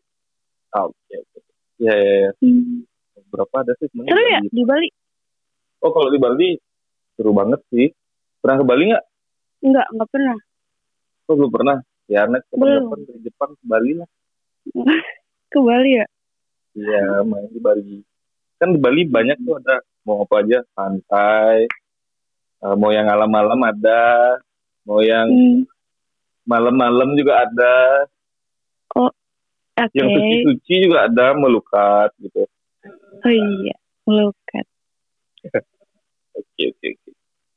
S1: Ah, oke oke. ya, ya, ya.
S6: Hmm.
S1: berapa ada sih sebenarnya
S6: Seru ya
S1: Bali?
S6: di Bali?
S1: oh kalau di Bali seru banget sih pernah ke Bali nggak
S6: Enggak, enggak pernah.
S1: oh belum pernah ya anak
S6: Belum.
S1: kapan dari Jepang ke Bali lah
S6: Ke Bali ya?
S1: iya main di Bali kan di Bali banyak tuh ada mau apa aja pantai Eh, mau yang alam-alam ada mau yang
S6: Hmm.
S1: malam-malam juga ada
S6: Oke.
S1: yang suci-suci juga ada melukat gitu.
S6: Oh iya, melukat.
S1: Oke oke oke.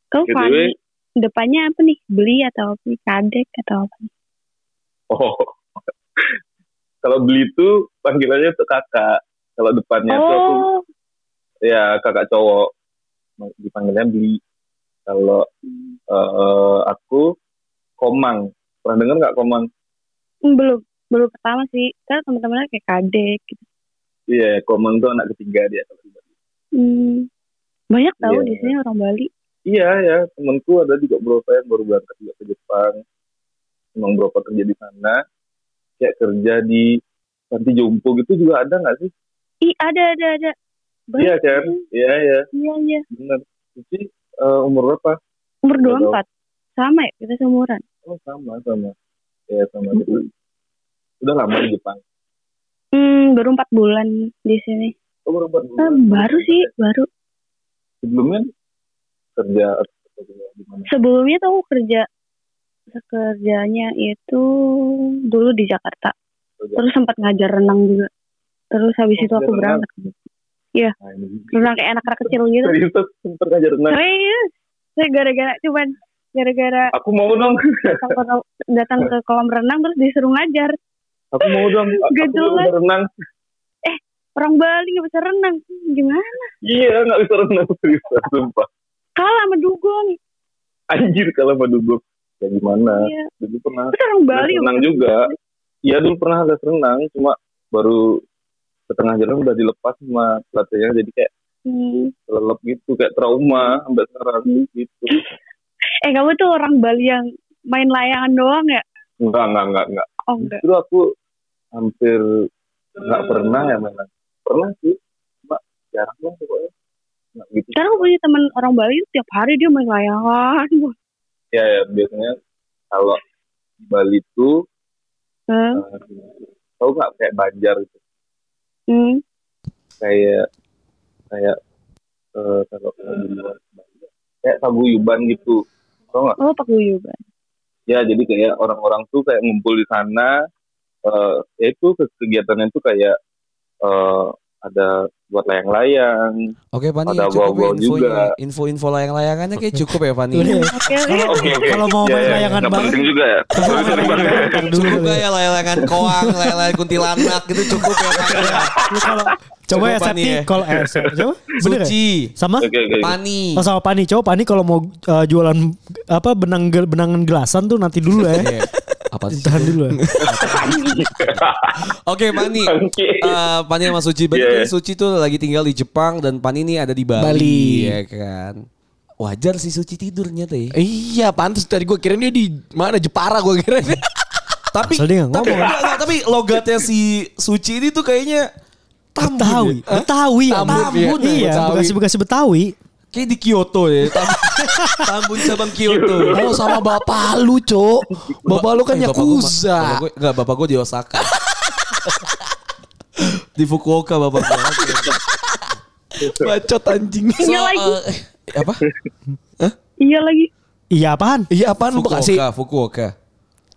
S6: Kau
S1: BTW.
S6: Fani, depannya apa nih? Beli atau apa nih? Kadek atau apa?
S1: Oh. Kalau beli itu panggilannya tuh kakak. Kalau depannya tuh aku
S6: oh,
S1: ya kakak cowok dipanggilnya beli. Kalau eh, aku komang. Pernah dengar nggak komang?
S6: Hmm, belum. Belum pertama sih. Kan teman-temannya kayak kadek gitu.
S1: Iya, komang tuh anak ketiga dia. kalau di Bali.
S6: Hmm. Banyak tahu
S1: Iya.
S6: di sini orang Bali.
S1: Iya ya, temanku ada juga beberapa yang baru berangkat juga ke Jepang. Emang beberapa kerja di sana. Kayak kerja di panti jompo gitu juga ada nggak sih?
S6: Ih, ada ada ada.
S1: Iya
S6: Banyak
S1: kan?
S6: sih.
S1: Iya iya
S6: Iya iya.
S1: benar. Jadi eh, umur berapa?
S6: Umur
S1: Nggak tahu.
S6: 24. Sama ya, kita seumuran.
S1: Oh sama sama. Ya sama. Udah lama di Jepang.
S6: Hmm, baru 4 bulan di sini.
S1: Oh, baru empat
S6: Eh,
S1: bulan.
S6: baru sih, baru.
S1: Sebelumnya kerja atau di mana?
S6: Sebelumnya tuh aku kerja kerjanya itu dulu di Jakarta.
S1: Kerja.
S6: Terus sempat ngajar renang juga. Terus habis
S1: iya. Oh,
S6: itu aku
S1: ngajar
S6: berangkat. Iya.
S1: Nah, ini.
S6: Renang kayak anak-anak kecil gitu.
S1: Serius sempat ngajar renang.
S6: Serius. Saya gara-gara cuman gara-gara
S1: Aku mau dong.
S6: datang ke- datang ke kolam renang terus disuruh ngajar.
S1: Aku mau dong. Aku
S6: Gak
S1: mau
S6: jelas.
S1: renang.
S6: Orang Bali nggak bisa renang. Gimana?
S1: Iya, nggak bisa renang serius. Sumpah.
S6: Kalah sama dugong.
S1: Anjir kalau mau duduk. Ya gimana?
S6: Iya.
S1: Dulu pernah
S6: Terus orang Bali nggak
S1: les renang
S6: bisa-
S1: juga. Iya dulu pernah les renang, cuma baru setengah jalan udah dilepas sama pelatihnya jadi kayak
S6: Hmm.
S1: lelep gitu kayak trauma sampai sekarang gitu
S6: Eh kamu tuh orang Bali yang main layangan doang ya?
S1: enggak enggak enggak enggak
S6: Oh enggak.
S1: justru aku hampir enggak pernah ya mainan pernah sih cuma jarang lah pokoknya enggak gitu
S6: Sekarang aku punya teman orang Bali tiap hari dia main layangan.
S1: ya, ya biasanya kalau di Bali itu eh,
S6: Hmm.
S1: tahu nggak kayak Banjar gitu
S6: Hmm.
S1: kayak kayak eh kalau di luar Banjar, kayak paguyuban gitu tau nggak
S6: Oh paguyuban.
S1: ya jadi kayak orang-orang tuh kayak ngumpul di sana eh ya itu ke- kegiatannya tuh kayak eh ada buat layang-layang
S2: Oke Fani
S1: Ada
S2: cukup ya
S1: wow-wow
S2: infonya
S1: juga.
S2: Info-info layang-layangannya kayak cukup ya Fani
S4: Udah.
S6: Oke oke.
S1: oke oke Iya,
S4: Kalau mau main layangan
S1: Ya, nggak
S4: banget.
S1: penting juga ya sorry sorry banget
S4: Ntar dulu.
S2: Cukup gak ya layangan koang, layangan kuntilanak gitu cukup ya Fani ya?
S4: Lu kalau coba
S2: Coba
S4: ya
S2: Pani
S4: Septi
S2: ya.
S4: kalau eh Sep- coba bener ya?
S2: Suci,
S4: Sama?
S1: oke oke oke.
S2: Pani.
S4: Oh, sama Pani coba Pani kalau mau eh, jualan apa benang gel- benangan gelasan tuh nanti dulu ya.
S2: Iya. Apa sih?
S4: Tahan dulu ya.
S2: Oke Pani.
S1: Oke.
S2: Eh, Pani sama Suci Berarti
S1: Iya.
S2: kan Suci tuh lagi tinggal di Jepang dan Pani ini ada di Bali,
S3: Bali.
S2: ya kan. Wajar sih Suci tidurnya teh.
S3: Iya pantas tadi gue kirain dia di mana Jepara gue kirain.
S2: tapi
S4: Asal dia nggak
S2: tapi,
S4: ngomong.
S2: enggak, enggak, tapi logatnya si Suci ini tuh kayaknya Tambun
S4: Betawi,
S2: ya. Hah?
S4: Betawi, ya.
S3: Tambun,
S4: Tambun,
S3: iya.
S4: iya,
S3: Betawi.
S4: Bekasi Bekasi Betawi.
S2: Kayak di Kyoto ya. Tam- Tambun cabang Kyoto.
S3: Oh sama bapak lu cok Bapak lu kan
S2: Eh, bapak gua- Bapak
S3: Yakuza
S2: gua, enggak, bapak gua di Osaka. di Fukuoka bapak gua.
S3: Bacot anjing
S2: So,
S6: Iya lagi.
S2: eh, apa?
S6: Iya lagi.
S4: Iya apaan?
S3: Iya apaan lu Bekasi
S2: Fukuoka, Fukuoka.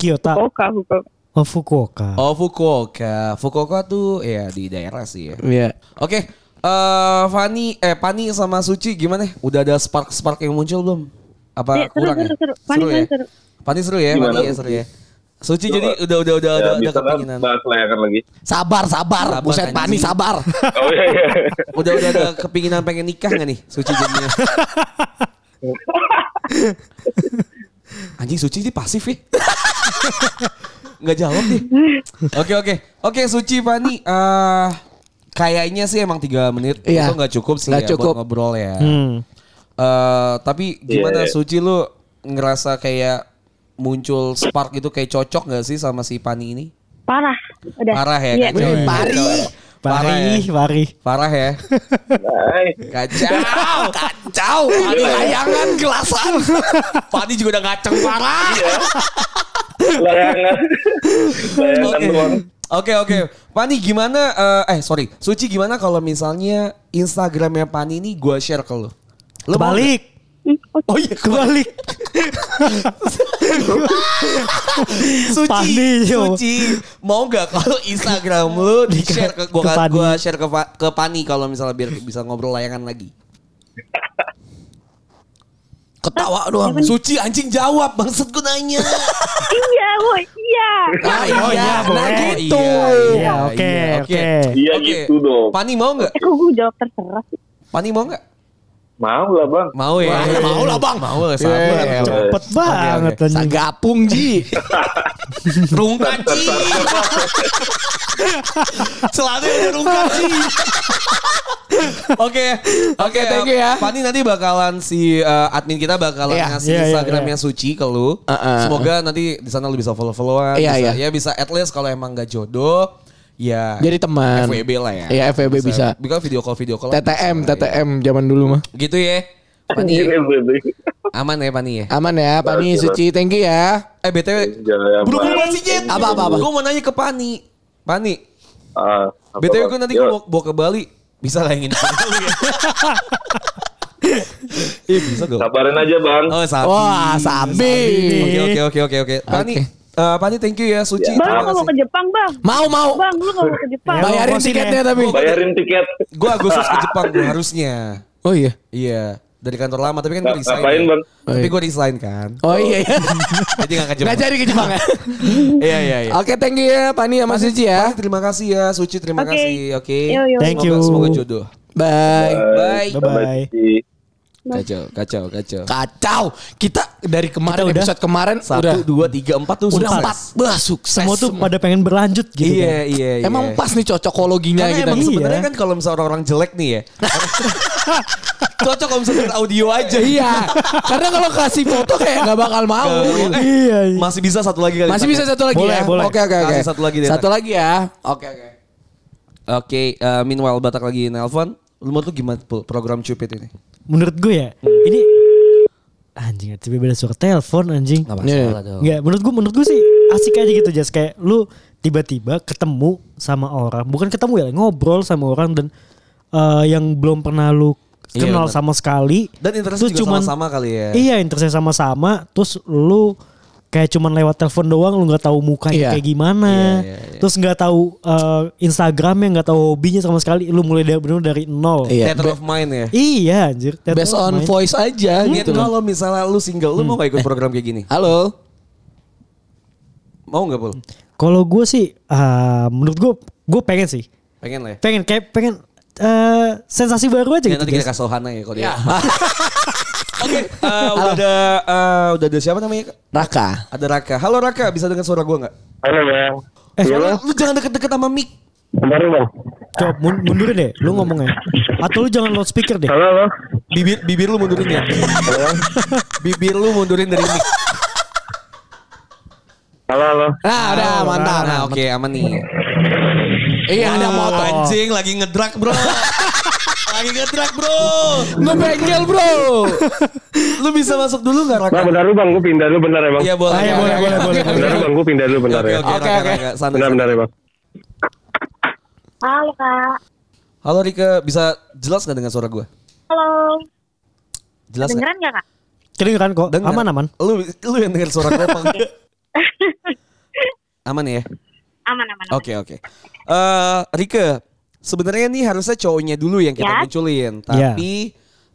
S4: Kyoto.
S6: Oka oka.
S4: Oh, Fukuoka.
S2: Oh, Fukuoka. Fukuoka tuh ya di daerah sih ya.
S3: Iya
S2: Oke, eh Fani eh Pani sama Suci gimana? Udah ada spark-spark yang muncul belum? Apa
S6: Iya, seru,
S2: kurang
S6: seru,
S2: ya?
S6: seru. Pani, Pani seru.
S2: Pani seru ya,
S1: Gimana,
S2: Pani ya,
S1: Suci?
S2: seru ya. Suci
S1: Coba.
S2: jadi udah udah udah
S1: ya
S2: udah, udah
S1: bisa kan
S2: kepinginan.
S1: bahas layangan lagi
S3: Sabar sabar
S2: Sabar,
S3: Buset pani
S2: anjing.
S3: sabar
S1: oh iya iya
S2: Udah udah ada kepinginan pengen nikah gak nih Suci jadinya? Anjing Suci ini pasif ya. Nggak jawab nih. Oke oke. Oke Suci Fani eh kayaknya sih emang tiga menit
S3: Iya.
S2: itu nggak cukup sih
S3: Nggak
S2: ya
S3: cukup.
S2: buat ngobrol ya.
S4: Hmm.
S2: Eh, tapi gimana
S1: Iya.
S2: Suci lu ngerasa kayak muncul spark gitu kayak cocok gak sih sama si Pani ini?
S6: Parah. Udah.
S2: Parah ya
S6: Iya.
S2: kacau. ya.
S3: Pari
S2: Parah
S4: Pari,
S2: ya.
S4: pari.
S2: Parah ya.
S1: Hai.
S2: Kacau.
S3: Kacau Pani layangan gelasan Iya,
S2: Pani juga udah ngaceng parah.
S1: layangan
S3: kan
S1: layangan
S2: Oke.
S1: doang
S2: Oke oke, Pani gimana? eh, eh sorry, Suci gimana kalau misalnya Instagramnya Pani ini gua share ke lu? Lu mau nggak?
S4: Kebalik.
S6: Hmm, oke.
S4: Oh iya, kebalik.
S2: Suci,
S4: Pani, yo.
S2: Suci, mau nggak kalau Instagram lu di share ke gua,
S4: Ke Pani.
S2: gua share ke, Fa- ke Pani kalau misalnya biar bisa ngobrol layangan lagi.
S3: Ketawa doang
S2: Suci anjing jawab, maksud gue nanya.
S6: Iya, woi. Iya.
S2: Ah,
S4: Oh, iya,
S2: nah
S4: boleh.
S2: gitu.
S4: Iya, oke,
S2: iya,
S4: oke.
S1: iya
S2: Oke.
S1: gitu dong
S2: Pani mau nggak?
S6: Eh kok gue jawab terserah sih?
S2: Pani mau nggak?
S1: mau lah bang
S2: Mau ya. mau lah bang. Mau lah sabar.
S3: Iya.
S4: Cepet banget anjing.
S3: Sagapung Ji
S2: Rungkat Ji. Celana udah rungkat Ji. Oke, oke,
S3: thank you ya.
S2: Fani nanti bakalan si uh, admin kita bakalan
S3: Iya,
S2: ngasih
S4: iya, iya,
S2: Instagramnya Suci ke lu.
S3: Uh, uh,
S2: Semoga nanti di sana lu bisa follow-followan.
S3: Iya,
S2: bisa,
S3: iya.
S2: Ya bisa at least kalau emang nggak jodoh, ya
S3: Jadi teman
S2: FWB lah ya.
S3: Kan. Iya, FWB bisa.
S2: Bisa video call video call.
S3: TTM
S2: bisa lah ya.
S3: TTM zaman dulu mah
S2: Gitu ya. Pani
S1: Iya,
S2: aman ya Pani ya.
S3: Aman ya, Pani Suci, thank you ya.
S2: Eh BTW
S1: Iya,
S2: Bro gue masih jet
S3: Apa, apa, apa?
S2: Gue mau nanya ke Pani Pani
S1: Ah, apa-
S2: BTW gue nanti gue
S1: Yo,
S2: mau bawa ke Bali Bisa lah yang ini ya? Ih bisa dong
S1: Kabarin aja bang.
S2: Oh sapi
S3: Wah, sabi.
S2: Oke oke oke oke oke Pani
S3: Oke.
S2: eh, Pani thank you ya Suci
S1: Ya.
S2: terima
S6: Bang, lu mau
S2: kasih.
S6: ke Jepang, Bang.
S3: Mau, mau.
S6: Bang, lu mau
S2: Iya.
S6: ke Jepang.
S4: Bayar.
S3: Bayarin
S4: Bosin ya.
S3: tiketnya tapi.
S1: Bayarin tiket.
S2: Gue Agustus ke Jepang gue harusnya.
S3: Oh iya.
S2: Iya, dari kantor lama tapi kan gue
S1: Ngap-
S2: resign.
S1: Nah, ngapain,
S2: ya.
S1: Bang?
S2: Tapi gue resign kan.
S3: Oh iya iya.
S2: Jadi gak ke Jepang.
S3: Nggak jadi ke Jepang ya.
S2: Iya iya iya.
S3: Oke, thank you ya Pani sama Suci ya.
S2: Pani, terima kasih ya Suci, terima
S6: Oke.
S2: kasih. Oke.
S6: Yo, yo.
S4: Thank
S2: Semoga-
S4: you.
S2: Semoga jodoh.
S3: Bye.
S2: Bye.
S4: Bye-bye.
S1: Bye.
S2: Kacau, kacau, kacau.
S3: Kacau. Kita dari kemarin
S4: Kita udah.
S3: episode kemarin udah
S2: Satu, dua, tiga, empat tuh
S3: udah
S2: sukses.
S3: empat. Wah, sukses.
S4: Semua tuh pada pengen berlanjut gitu.
S2: Iya
S4: kan.
S2: iya iya.
S3: ya. Emang pas nih cocokologinya
S2: Karena
S3: gitu.
S2: emang
S4: Iya.
S2: sebenarnya kan kalau misalnya orang-orang jelek nih ya. cocok kalau misalnya audio aja.
S3: Iya. Karena kalau kasih foto kayak nggak bakal mau.
S2: Eh,
S4: Iya, iya.
S2: Masih bisa satu lagi kali.
S3: Masih
S2: Pak,
S3: bisa
S2: ya?
S3: satu lagi
S4: Boleh,
S3: ya.
S4: boleh.
S3: Oke oke oke.
S2: Kasih satu lagi deh,
S3: Satu lagi ya. Oke oke.
S2: Oke, eh, meanwhile Batak lagi nelpon. Lu mau tuh gimana Pul, program cupid ini?
S4: Menurut gue ya, ini anjing tapi beda suara telepon anjing.
S2: Gak
S3: masalah
S2: dong.
S4: Enggak, menurut gue menurut gue sih asik aja gitu Jas kayak lu tiba-tiba ketemu sama orang, bukan ketemu ya, ngobrol sama orang dan eh, yang belum pernah lu
S2: Iya,
S4: kenal
S2: benar.
S4: sama sekali.
S2: Dan interestnya
S4: Terus
S2: juga
S4: cuman-
S2: sama-sama kali ya.
S4: Iya, interestnya sama-sama, terus lu kayak cuman lewat telepon doang lu nggak tahu mukanya
S3: Iya.
S4: kayak gimana.
S2: Iya, iya, iya.
S4: Terus nggak tahu eh, Instagramnya, nggak tahu hobinya sama sekali. Lu mulai dari benar dari nol.
S3: Iya.
S2: Theater of mind ya.
S4: Iya, anjir. Teater
S3: Based
S4: of
S3: on
S4: mind.
S3: voice aja
S2: Niat
S3: gitu. Hmm. loh.
S2: kalau misalnya lu single, lu mau gak ikut program kayak gini?
S3: Halo.
S2: Mau gak, Pul?
S4: Kalau gue sih ah, menurut gue gue pengen sih.
S2: Pengen lah ya.
S4: Pengen kayak pengen eh, sensasi baru aja
S2: Ya,
S4: gitu.
S2: nanti kita
S4: guys.
S2: kasih Ohana ya kalau
S3: Iya.
S2: dia. Oke, eh, udah ada eh, udah ada siapa namanya?
S3: Raka.
S2: Ada Raka. Halo Raka, bisa dengar suara gua nggak?
S5: Halo bang.
S4: Eh,
S5: Iya
S2: Soalnya
S5: bang.
S2: Lu jangan deket-deket sama mic.
S5: Kemarin bang.
S4: Coba mun- mundurin deh, lu ngomongnya. Atau lu jangan loudspeaker deh.
S5: Halo bang.
S2: Bibir bibir lu mundurin ya. bibir lu mundurin dari mic.
S5: Halo halo.
S3: Nah, udah mantap.
S2: Nah, oke aman nih.
S3: Iya, ada motor.
S2: Hmm, Anjing lagi ngedrak, Bro. lagi ngedrak, Bro.
S3: Ngebengkel, Bro.
S2: Lu bisa masuk dulu nggak Raka?
S5: Bang bentar lu bang, gue pindah dulu bentar ya bang.
S2: Iya, boleh.
S4: Ayo, boleh, boleh,
S2: Oke,
S4: boleh,
S5: Bentar
S2: oke.
S5: ya, bang, gue pindah dulu bentar
S2: Oke,
S5: ya.
S2: oke,
S3: Oke,
S2: Raka, Raka.
S3: oke.
S2: Santai,
S5: Bentar
S2: santai.
S5: bentar ya bang.
S6: Halo, Kak.
S2: Halo Rika, bisa jelas nggak dengan suara gue?
S6: Halo.
S2: Jelas nggak?
S6: Dengeran nggak, Kak?
S4: Kedengeran kok.
S2: Dengar.
S4: Aman-aman.
S2: Lu lu yang denger suara gue apa enggak? Aman ya?
S6: Aman, aman. aman.
S2: Oke oke. Eh Rika, sebenarnya nih harusnya cowoknya dulu yang kita
S6: Ya.
S2: munculin,
S4: Ya.
S2: tapi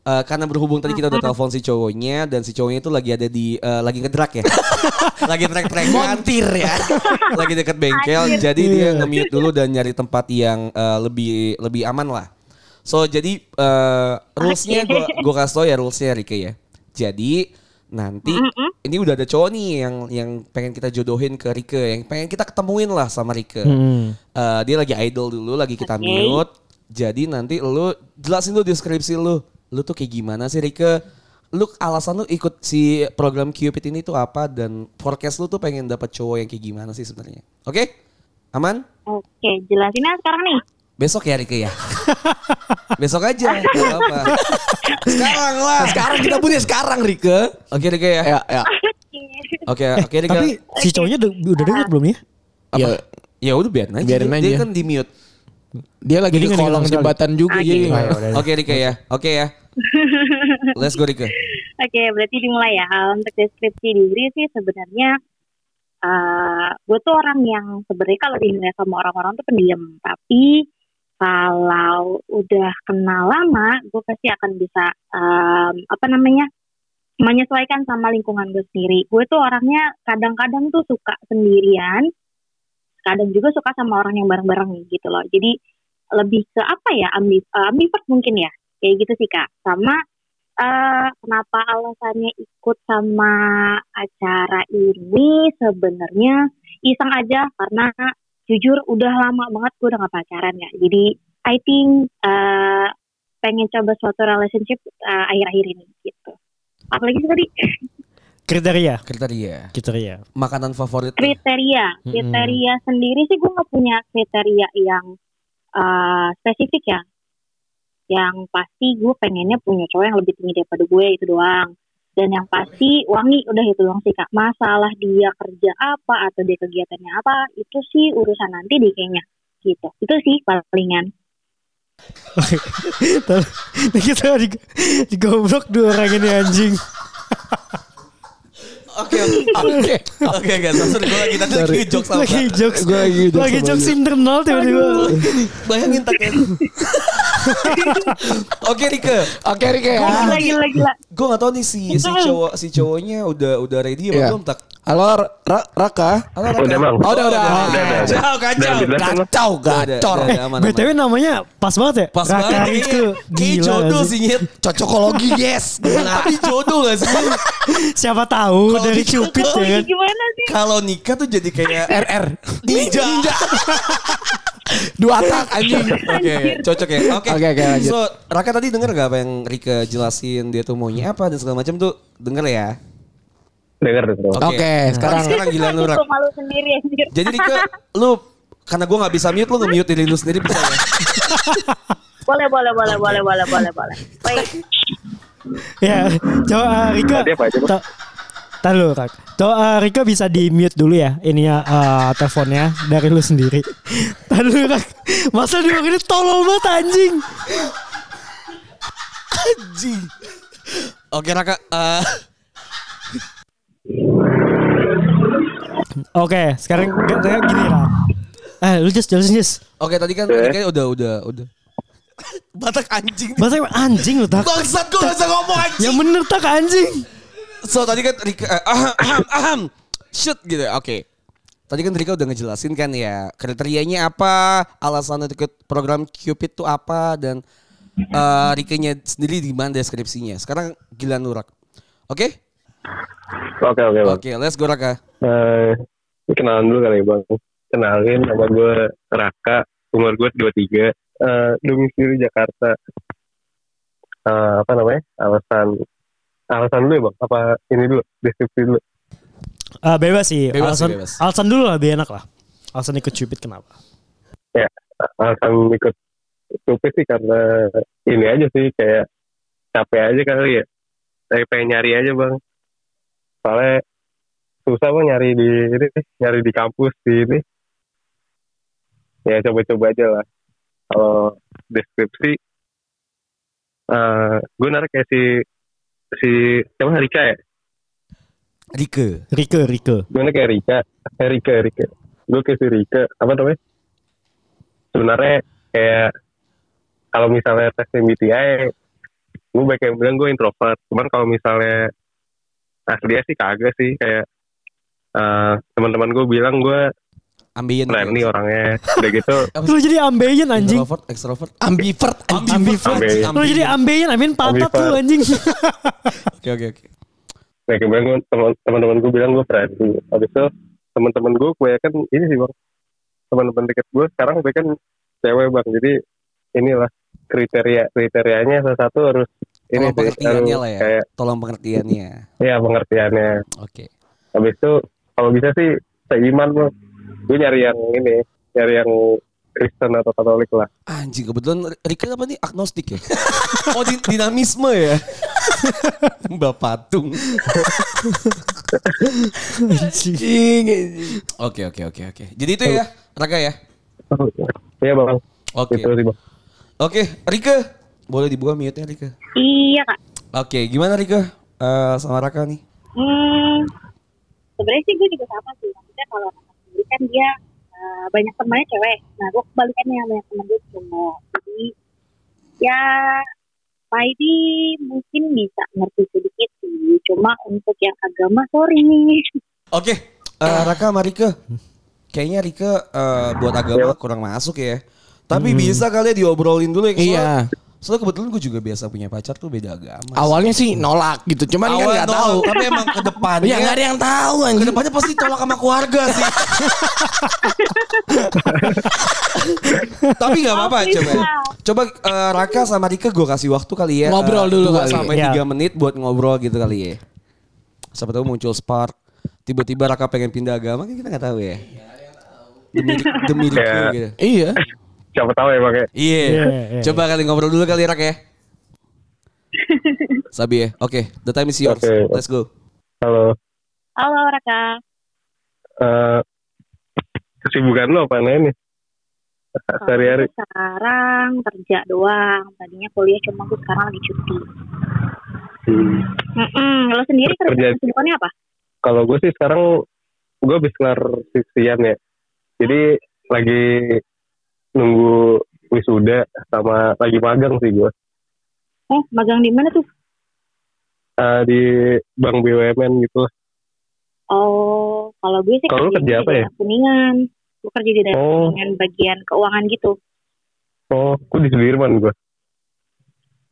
S2: eh, karena berhubung tadi kita udah telepon si cowoknya dan si cowoknya itu lagi ada di eh, lagi ngedrak ya, lagi trek-trekan,
S3: Montir ya. Iya.
S2: lagi deket bengkel, jadi dia nge-mute dulu dan nyari tempat yang eh, lebih lebih aman lah. So jadi eh, rulesnya gue gue kasih tau ya rulesnya Rike ya. Jadi nanti ini udah ada cowok nih yang yang pengen kita jodohin ke Rike, yang pengen kita ketemuin lah sama Rike.
S4: Hmm.
S2: Eh, dia lagi idol dulu, lagi kita mute. Jadi nanti lu jelasin lu deskripsi lu. Lu tuh kayak gimana sih Rike? Lu alasan lu ikut si program Cupid ini tuh apa dan forecast lu tuh pengen dapat cowok yang kayak gimana sih sebenarnya? Oke? Aman?
S6: Oke, jelasin aja sekarang nih.
S2: Besok ya Rike ya. Besok aja. nggak apa-apa. Sekarang lah.
S3: Sekarang kita punya sekarang, Rike.
S2: Oke Rike ya.
S3: Ya, ya.
S2: Oke, oke Rike.
S4: Tapi si cowoknya de- udah denger belum ya?
S2: Apa?
S3: Ya,
S2: ya udah biarin aja.
S3: Biarin
S2: Dia
S3: aja.
S2: kan di mute.
S3: dia lagi
S4: Jadi
S3: di
S4: nggak dikenal
S3: kolong
S4: sekali.
S3: jembatan juga. jadi nggak-
S2: Oke Rike ya. Oke ya. Let's go Rike.
S6: Oke, berarti dimulai ya. Untuk deskripsi diri sih sebenarnya eh gue tuh orang yang sebenarnya kalau dinilai sama orang-orang tuh pendiam. Tapi kalau udah kenal lama, gue pasti akan bisa em, apa namanya menyesuaikan sama lingkungan gue sendiri. Gue tuh orangnya kadang-kadang tuh suka sendirian, kadang juga suka sama orang yang bareng-bareng nih gitu loh. Jadi lebih ke apa ya ambi, eh, ambivert mungkin ya kayak gitu sih kak. Sama Eh, kenapa alasannya ikut sama acara ini sebenarnya iseng aja karena jujur udah lama banget gue udah gak pacaran ya jadi I think eh, pengen coba suatu relationship eh, akhir-akhir ini gitu apalagi sih tadi
S4: Kriteria.
S2: Kriteria.
S4: Kriteria.
S2: ya. Makanan favorit. lu.
S6: kriteria
S4: Mm-mm.
S6: kriteria sendiri sih gue nggak punya kriteria yang eh, spesifik ya yang pasti gue pengennya punya cowok yang lebih tinggi daripada gue itu doang dan yang pasti wangi udah itu doang sih kak masalah dia kerja apa atau dia kegiatannya apa itu sih urusan nanti deh kayaknya gitu itu sih palingan
S4: Tar- Ini kita di, digoblok dua orang ini anjing.
S2: Oke oke oke oke sorry gue lagi tadi lagi jokes sama
S4: Lagi jokes.
S3: Gua lagi jokes
S4: Lagi
S3: sama
S4: jokes
S3: dia.
S4: internal tiba-tiba.
S2: bayangin tak ya. Oke Rike,
S3: Oke Rike. ya.
S6: gila gila gila
S2: gue gak tau nih si si cowok si cowoknya udah udah ready apa
S3: Iya.
S2: belum tak?
S3: Halo Ra- Ra- Raka.
S2: Halo, Raka.
S1: Udah, Bang.
S3: Oh, udah, udah.
S1: udah, udah.
S2: Kacau kacau
S1: Udah, udah.
S3: Kacau gacor.
S2: Udah, udah, udah, aman, aman.
S4: BTW namanya pas banget ya.
S2: Pas
S4: Raka
S2: banget ini.
S4: Rike.
S2: Ini
S4: Gila
S2: jodoh
S4: gak sih?
S2: sih Nyet.
S3: Cocokologi yes. Gila.
S2: Tapi jodoh gak sih?
S4: Siapa tahu
S2: Kalau
S4: dari
S2: di-
S4: Cupid
S2: kalau
S4: ya kan.
S6: gimana sih
S2: Kalau nikah tuh jadi kayak
S3: RR.
S2: ninja.
S3: Dua tak anjing.
S2: Oke, cocok ya. Oke.
S3: Oke, oke, lanjut.
S2: So, Raka tadi denger gak apa yang Rika jelasin dia tuh maunya apa dan segala macam tuh denger ya.
S7: Dengar dengar.
S2: Oke.
S3: Oke, sekarang
S2: sekarang gila lu Raka.
S6: Gua malu sendiri anjir
S2: Jadi Rika, lu karena gue nggak bisa mute, lu nge-mute diri lu sendiri bisa ya?
S6: boleh boleh boleh boleh boleh boleh boleh baik
S4: Ya, coba uh, Rika.
S7: Tadi apa aja, Bang?
S4: ta- Tar dulu Rak. Coba uh, Rika bisa di mute dulu ya ininya uh, teleponnya dari lu sendiri. Tar dulu Rak. Masa dia ini tolol banget anjing.
S2: Oke Raka, eh,
S4: Oke, sekarang g- sekarang gini Rak. Eh, lu just jelasin just.
S2: oke tadi kan tadi kan udah udah udah. Batak anjing.
S4: Masa emang anjing lu tak?
S2: Bangsat gue gak bisa ngomong anjing.
S4: Yang bener tak anjing.
S2: So tadi kan Rika eh, aham, aham, aham, shoot gitu. Oke. Tadi kan Rika udah ngejelasin kan ya kriterianya apa, alasan untuk ikut program Cupid itu apa dan eh Rikanya sendiri di mana deskripsinya. Sekarang gila nurak. Oke?
S1: Oke oke bang.
S2: Oke, let's go Raka.
S1: Eh, ini kenalan dulu kali ya bang. Kenalin nama gue Raka, umur gue 23, Eh domisili Jakarta. Eh, apa namanya? Alasan alasan dulu ya bang? Apa ini dulu? Deskripsi dulu.
S4: Eh, bebas sih.
S2: Bebas sih,
S4: alasan,
S2: bebas.
S4: alasan dulu lah, lebih enak lah. Alasan ikut cupid kenapa?
S1: alasan ikut Supi sih karena ini aja sih kayak capek aja kali ya. Saya pengen nyari aja bang. Soalnya susah bang nyari di ini, sih, nyari di kampus di ini. Ya coba-coba aja lah. Kalau deskripsi, eh gue narik kayak si si siapa Rika ya?
S2: Rike.
S4: Rike, Rike.
S1: gimana kayak Rika eh, Rika Rika gue ke si Rika apa namanya sebenarnya kayak kalau misalnya tes MBTI gue banyak yang bilang gue introvert cuman kalau misalnya aslinya sih kagak sih kayak eh, teman-teman gue bilang gue
S2: Ambien.
S1: friendly orangnya udah gitu
S4: Lu jadi ambeien anjing.
S2: Introvert, extrovert.
S3: ambivert anjing.
S4: Ambivert.
S1: Ambeien.
S4: Lu jadi ambeien, I mean pantat lu
S1: Ambivert.
S4: anjing.
S2: Oke, oke, oke.
S1: banyak yang bilang gue teman-teman gue bilang gue friendly habis itu teman-teman gue gue kan ini sih bang teman-teman deket gue sekarang gue kan cewek bang jadi inilah kriteria kriterianya salah satu harus ini
S2: Tolong
S1: sih,
S2: pengertiannya lah ya.
S1: kayak
S2: Tolong pengertiannya.
S1: ya pengertiannya
S2: Oke.
S1: habis itu kalau bisa sih seiman bang gue nyari yang ini nyari yang Kristen atau Katolik lah
S2: Anjing, kebetulan Rika apa nih? Agnostik ya? oh, di- dinamisme ya? Mbak Patung.
S3: Anjing, anjing.
S2: Oke oke oke oke. Jadi itu ya Raka ya.
S1: Iya bang
S2: Oke
S1: itu sih bang
S2: oke Rike boleh dibuka mute nya Rike.
S6: iya kak
S2: Oke gimana Rike Eh sama Raka nih?
S6: Hmm, sebenarnya sih gue juga sama sih. Maksudnya kalau anak sendiri kan dia eh, banyak temannya cewek. Nah, gue kebalikannya banyak teman gue cowok. Jadi ya Maidi mungkin bisa ngerti sedikit sih. Cuma untuk yang agama sorry.
S2: Oke eh, Raka sama Rike. Kayaknya Rike eh, buat agama kurang masuk ya. Tapi bisa kali ya diobrolin dulu ya. Soalnya-
S3: Iya.
S2: Soalnya kebetulan gue juga biasa punya pacar tuh beda agama.
S3: Awalnya sih nolak gitu, cuman kan
S2: Awalnya
S3: nggak
S2: nolak,
S3: tahu.
S2: Tapi emang ke depannya.
S3: Ya nggak ada yang tahu anjing.
S2: Kedepannya pasti tolak sama keluarga sih. Tapi nggak apa-apa coba. Coba eh, Raka sama Rika gue kasih waktu kali ya.
S3: Ngobrol dulu
S2: dua
S3: kali.
S2: sampai
S4: Iya.
S2: tiga menit buat ngobrol gitu kali ya. Siapa tahu muncul spark. Tiba-tiba Raka pengen pindah agama kan kita nggak tahu ya. Demi demi Rika
S1: Kayak-
S2: gitu.
S3: Iya.
S1: siapa tahu ya pakai
S2: Iya.
S4: Iya, iya.
S2: Coba kali ngobrol dulu kali Rak ya. Sabi ya. Oke, the time is yours.
S1: Oke.
S2: Let's go.
S1: halo
S6: Halo Raka.
S1: eh kesibukan lo apa nih sehari-hari
S6: Sekarang kerja doang. Tadinya kuliah cuma aku sekarang lagi cuti. Mm-mm. Lo sendiri
S1: Kerja.
S6: kerja kesibukannya apa?
S1: kalau gue sih sekarang gue habis kelar sisian ya jadi lagi nunggu wisuda sama lagi magang sih gue
S6: Eh, magang di mana tuh?
S1: Eh, di bank BUMN gitu lah.
S6: Oh, kalau gue sih
S1: Kalau lo
S6: kerjanya
S1: kerja apa
S6: di
S1: ya?
S6: daerah Kuningan. Gue kerja di daerah
S1: Oh.
S6: Kuningan bagian keuangan gitu.
S1: oh gue di Sudirman gue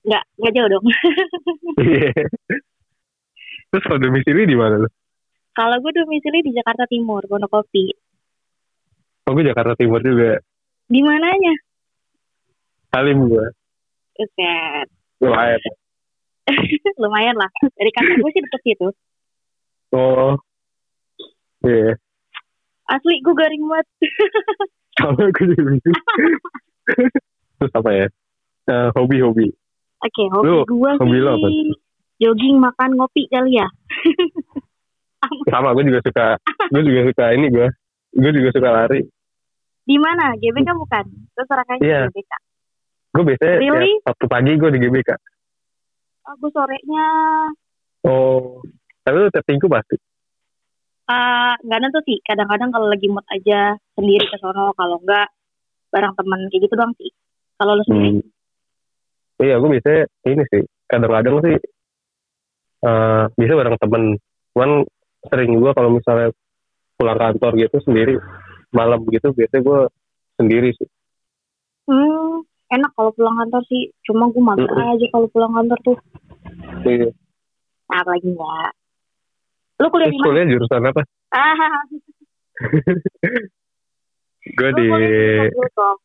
S6: Nggak, nggak jauh dong.
S1: Iya. terus kalau domisili di mana lo
S6: kalau gue domisili di Jakarta Timur, Kopi.
S1: oh gue Jakarta Timur juga
S6: Di mananya?
S1: Halim gue
S6: Buset.
S1: lumayan
S6: Lumayan lah. Dari kantor gue sih deket gitu. situ.
S1: oh iya
S6: Asli, gue garing banget.
S1: sama gue juga gitu. terus apa ya Eh, hobi-hobi
S6: Oke, hobi
S1: Lu,
S6: gue
S1: hobi
S6: sih
S1: lo apa?
S6: jogging, makan, ngopi kali ya.
S1: sama gue juga suka gue juga suka ini gue gue juga suka lari
S6: Di mana? GBK bukan? Terus rakanya
S1: Iya.
S6: GBK.
S1: gue biasanya tiap
S6: Really?
S1: sabtu pagi gue di GBK
S6: Oh, gue sorenya
S1: oh tapi lu tiap minggu pasti
S6: eh, nggak nentu sih. Kadang-kadang kalau lagi mood aja sendiri ke sono, kalau enggak bareng temen kayak gitu doang sih. Kalau lu sendiri,
S1: Hmm. iya gue biasanya ini sih kadang-kadang sih eh bisa bareng temen cuman sering gue kalau misalnya pulang kantor gitu sendiri malam gitu biasanya gue sendiri sih
S6: hmm, enak kalau pulang kantor sih. Cuma gue mager
S1: Mm-mm.
S6: aja kalau pulang kantor tuh.
S1: Iya.
S6: Nah, apalagi enggak. Lu kuliah
S1: terus
S6: di mana?
S1: kuliah jurusan apa
S6: Ah,
S1: gue
S6: lu
S1: di
S6: Oh, kuliah jurusan lu dong.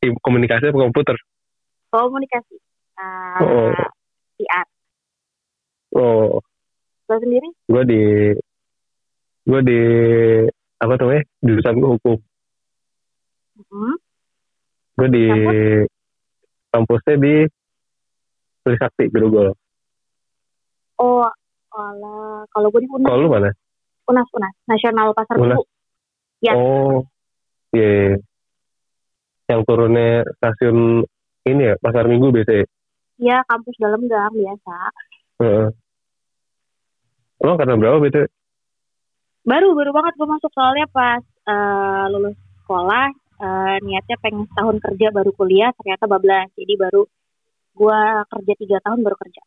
S1: tim komunikasi apa komputer
S6: Komunikasi. Ah,
S1: Oh.
S6: PR.
S1: oh
S6: Lu sendiri?
S1: gue di gue di apa namanya jurusan gue hukum
S6: Hmm.
S1: gue di kampusnya di Trisakti Grogol
S6: Oh, alah. Kalau gue di Unas,
S1: kalau lu mana
S6: Unas, Unas. Nasional Pasar
S1: Unas.
S6: Minggu. Ya.
S1: oh iya iya. yang turunnya stasiun ini ya pasar minggu biasanya
S6: Iya, kampus dalam gang biasa.
S1: Heeh. lo angkatan berapa BTW?
S6: Baru, baru banget gue masuk soalnya pas eh, lulus sekolah. eh, niatnya pengen setahun kerja baru kuliah, ternyata bablas. Jadi baru gue kerja tiga tahun baru kerja.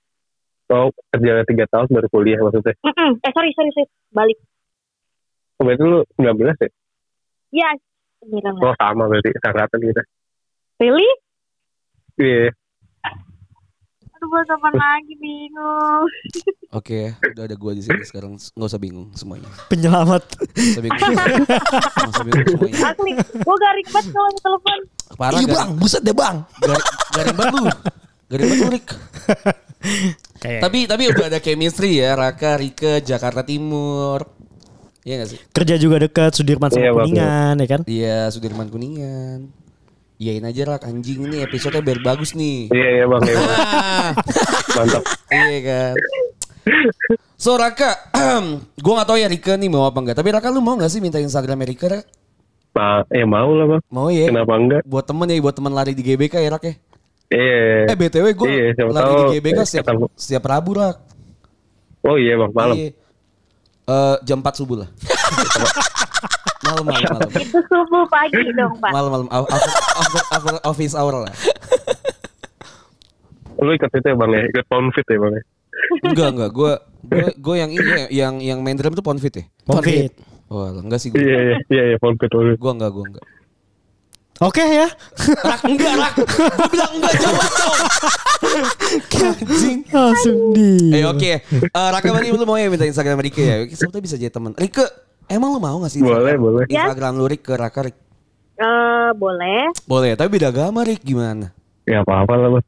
S1: lo kerja tiga tahun baru kuliah maksudnya
S6: Mm-mm. Eh, sorry, sorry, sorry. Balik.
S1: oh, berarti lu 19 ya
S6: Ya, gila
S1: lo
S6: nggak?
S1: Oh, sama berarti angkatan kita
S6: Really?
S1: iya
S6: Aduh, gue sama lagi bingung.
S2: Oke, udah ada gua di sini sekarang. Nggak usah bingung semuanya.
S4: Penyelamat.
S2: Nggak usah bingung. semuanya. Nggak usah bingung semuanya.
S6: Asli, gue garing banget kalau mau telepon.
S8: Ih
S2: Parah garing,
S8: Iya, bang, buset deh bang.
S2: garing, garing banget lu. Garing banget lu, Rik.
S4: Kayak
S2: Tapi tapi udah ada chemistry ya Raka, Rike, Jakarta Timur. Iya gak sih?
S4: kerja juga dekat Sudirman sama
S1: Iya, Bang.
S4: Kuningan ya kan?
S2: Iya, Sudirman Kuningan. Iyain aja lah anjing ini episode biar bagus nih.
S1: iya iya bang iya, bang.
S2: Ah.
S1: mantap
S2: Iya kan. So Raka, gue gak tau ya Rika nih mau apa enggak. Tapi Raka lu mau gak sih minta Instagram Rika? Ra?
S1: nah, ya eh, mau lah bang
S2: Mau ya.
S1: kenapa enggak
S2: Buat temen ya, buat temen lari di GBK ya Rak ya.
S1: iya
S2: Eh BTW gue
S1: Iya, siapa
S2: lari
S1: tahu
S2: di GBK setiap,
S1: ketemu.
S2: setiap Rabu Rak.
S1: oh iya bang malam
S2: Iya. Eh, jam 4 subuh lah. malam malam malam.
S6: Itu subuh pagi dong, Pak.
S2: Malam malam Af- after, after, after office hour lah.
S1: lu ikut itu ya bang ya ikut pound fit ya bang ya
S2: Enggak enggak, gue gue gue yang ini ya, yang yang main drum tuh Ponfit ya.
S4: Covid.
S2: Wah, enggak sih
S1: iya
S2: gue.
S1: iya iya iya pound fit pound fit.
S2: Gue enggak, gue enggak.
S4: Oke ya.
S2: Rak enggak, Rak. Gue bilang enggak jawab dong. Anjing.
S4: Langsung di.
S2: Eh oke. Eh, Raka berarti lu mau ya minta Instagram Rike ya? Oke, Sebetulnya bisa jadi teman. Rike, emang lu mau gak sih?
S1: boleh
S2: Instagram,
S1: boleh
S2: Instagram lu Rike, Raka, Rik.
S6: Eh, boleh.
S2: Boleh, tapi beda agama Rik gimana?
S1: ya apa apa lah bang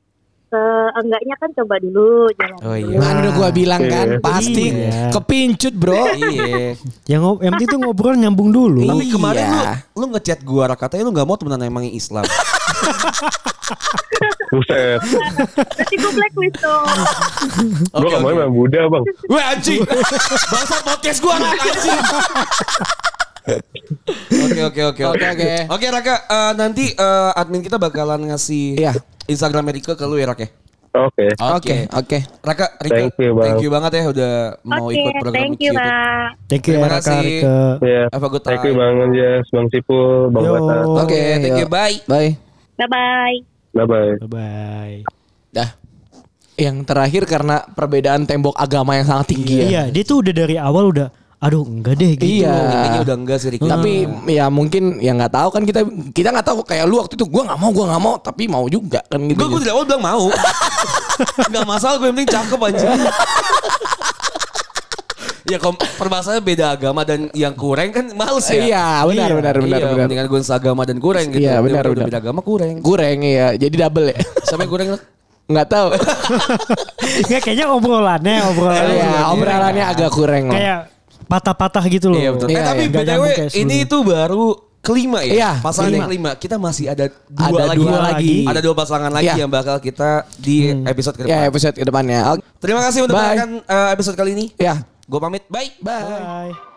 S9: seenggaknya kan coba dulu jalan
S2: Oh,
S9: dulu.
S2: iya.
S3: Kan udah gua bilang kan,
S5: Iya.
S3: pasti
S4: Iya.
S3: kepincut bro.
S2: Iya.
S4: Yang Ya, ngob- yang itu ngobrol nyambung dulu.
S2: Tapi kemarin
S3: Iya.
S2: lu lu ngechat gua Ra, katanya lu nggak mau temenan emang yang Islam.
S5: Buset.
S9: Berarti gue blacklist tuh.
S5: Gue gak mau sama Buddha bang.
S2: Weh anjing. Bangsa podcast gua Raka anjing. Oke oke oke oke
S3: Oke,
S2: oke.
S3: oke.
S2: Oke Raka eh, nanti eh, admin kita bakalan ngasih
S3: Iya.
S2: Instagram Rika ke lu ya Raka.
S5: Oke.
S3: Oke, oke.
S2: Raka Rika
S5: Thank you, Bang.
S2: thank you banget ya udah mau
S9: Oke,
S2: ikut program
S9: thank you,
S2: Lucu itu.
S9: Pak.
S4: Thank you
S2: Terima
S4: ya Raka
S2: kasih.
S4: Rika.
S5: Iya.
S1: Ya.
S2: Have a good
S5: Thank you
S2: time.
S5: Bang Anjas, Bang Sipul, Bang
S4: Yo.
S5: Batas.
S3: Oh,
S2: Oke, thank
S3: Yo.
S2: you. Bye.
S3: Bye.
S9: Bye-bye.
S5: Bye-bye.
S4: Bye bye.
S3: Dah. Yang terakhir karena perbedaan tembok agama yang sangat tinggi ya.
S4: Iya, dia tuh udah dari awal udah aduh enggak deh gitu.
S3: Iya.
S2: Kayaknya udah enggak sih Rika.
S3: Tapi ya mungkin ya nggak tahu kan kita kita nggak tahu kayak lu waktu itu gua nggak mau gua nggak mau tapi mau juga kan gitu.
S2: Gue gue tidak mau bilang mau. Gak masalah gue yang penting cakep anjing. ya kalau permasalahannya beda agama dan yang kurang kan males ya.
S3: Iya, benar,
S2: Iya,
S3: benar, benar,
S2: iya,
S3: benar.
S2: Mendingan gue agama dan kurang gitu.
S3: Iya, benar,
S2: Udah- udah
S3: benar.
S2: Beda agama kurang.
S3: Goreng ya, jadi double ya.
S2: Sampai kurang
S3: Nggak tahu.
S4: Enggak kayaknya obrolannya obrolannya.
S3: Iya, obrolannya agak kurang lah.
S4: Kayak patah-patah gitu loh.
S2: Iya betul.
S3: Iya,
S2: eh tapi
S4: iya. Nggak
S2: BTW
S4: nyambung
S2: ini
S4: kayak sebelumnya.
S2: itu baru kelima ya.
S3: Iya,
S2: pasangan
S3: kelima.
S2: yang kelima. Kita masih ada dua
S3: Ada
S2: lagi.
S3: dua lagi.
S2: Ada dua pasangan lagi
S3: Iya.
S2: yang bakal kita di episode ke
S3: Ya
S2: depan.
S3: episode ke depannya. Oke.
S2: Terima kasih untuk
S3: Bye.
S2: mendengarkan eh, episode kali ini.
S3: Ya.
S2: Gue pamit. Bye.
S3: Bye.
S4: Bye.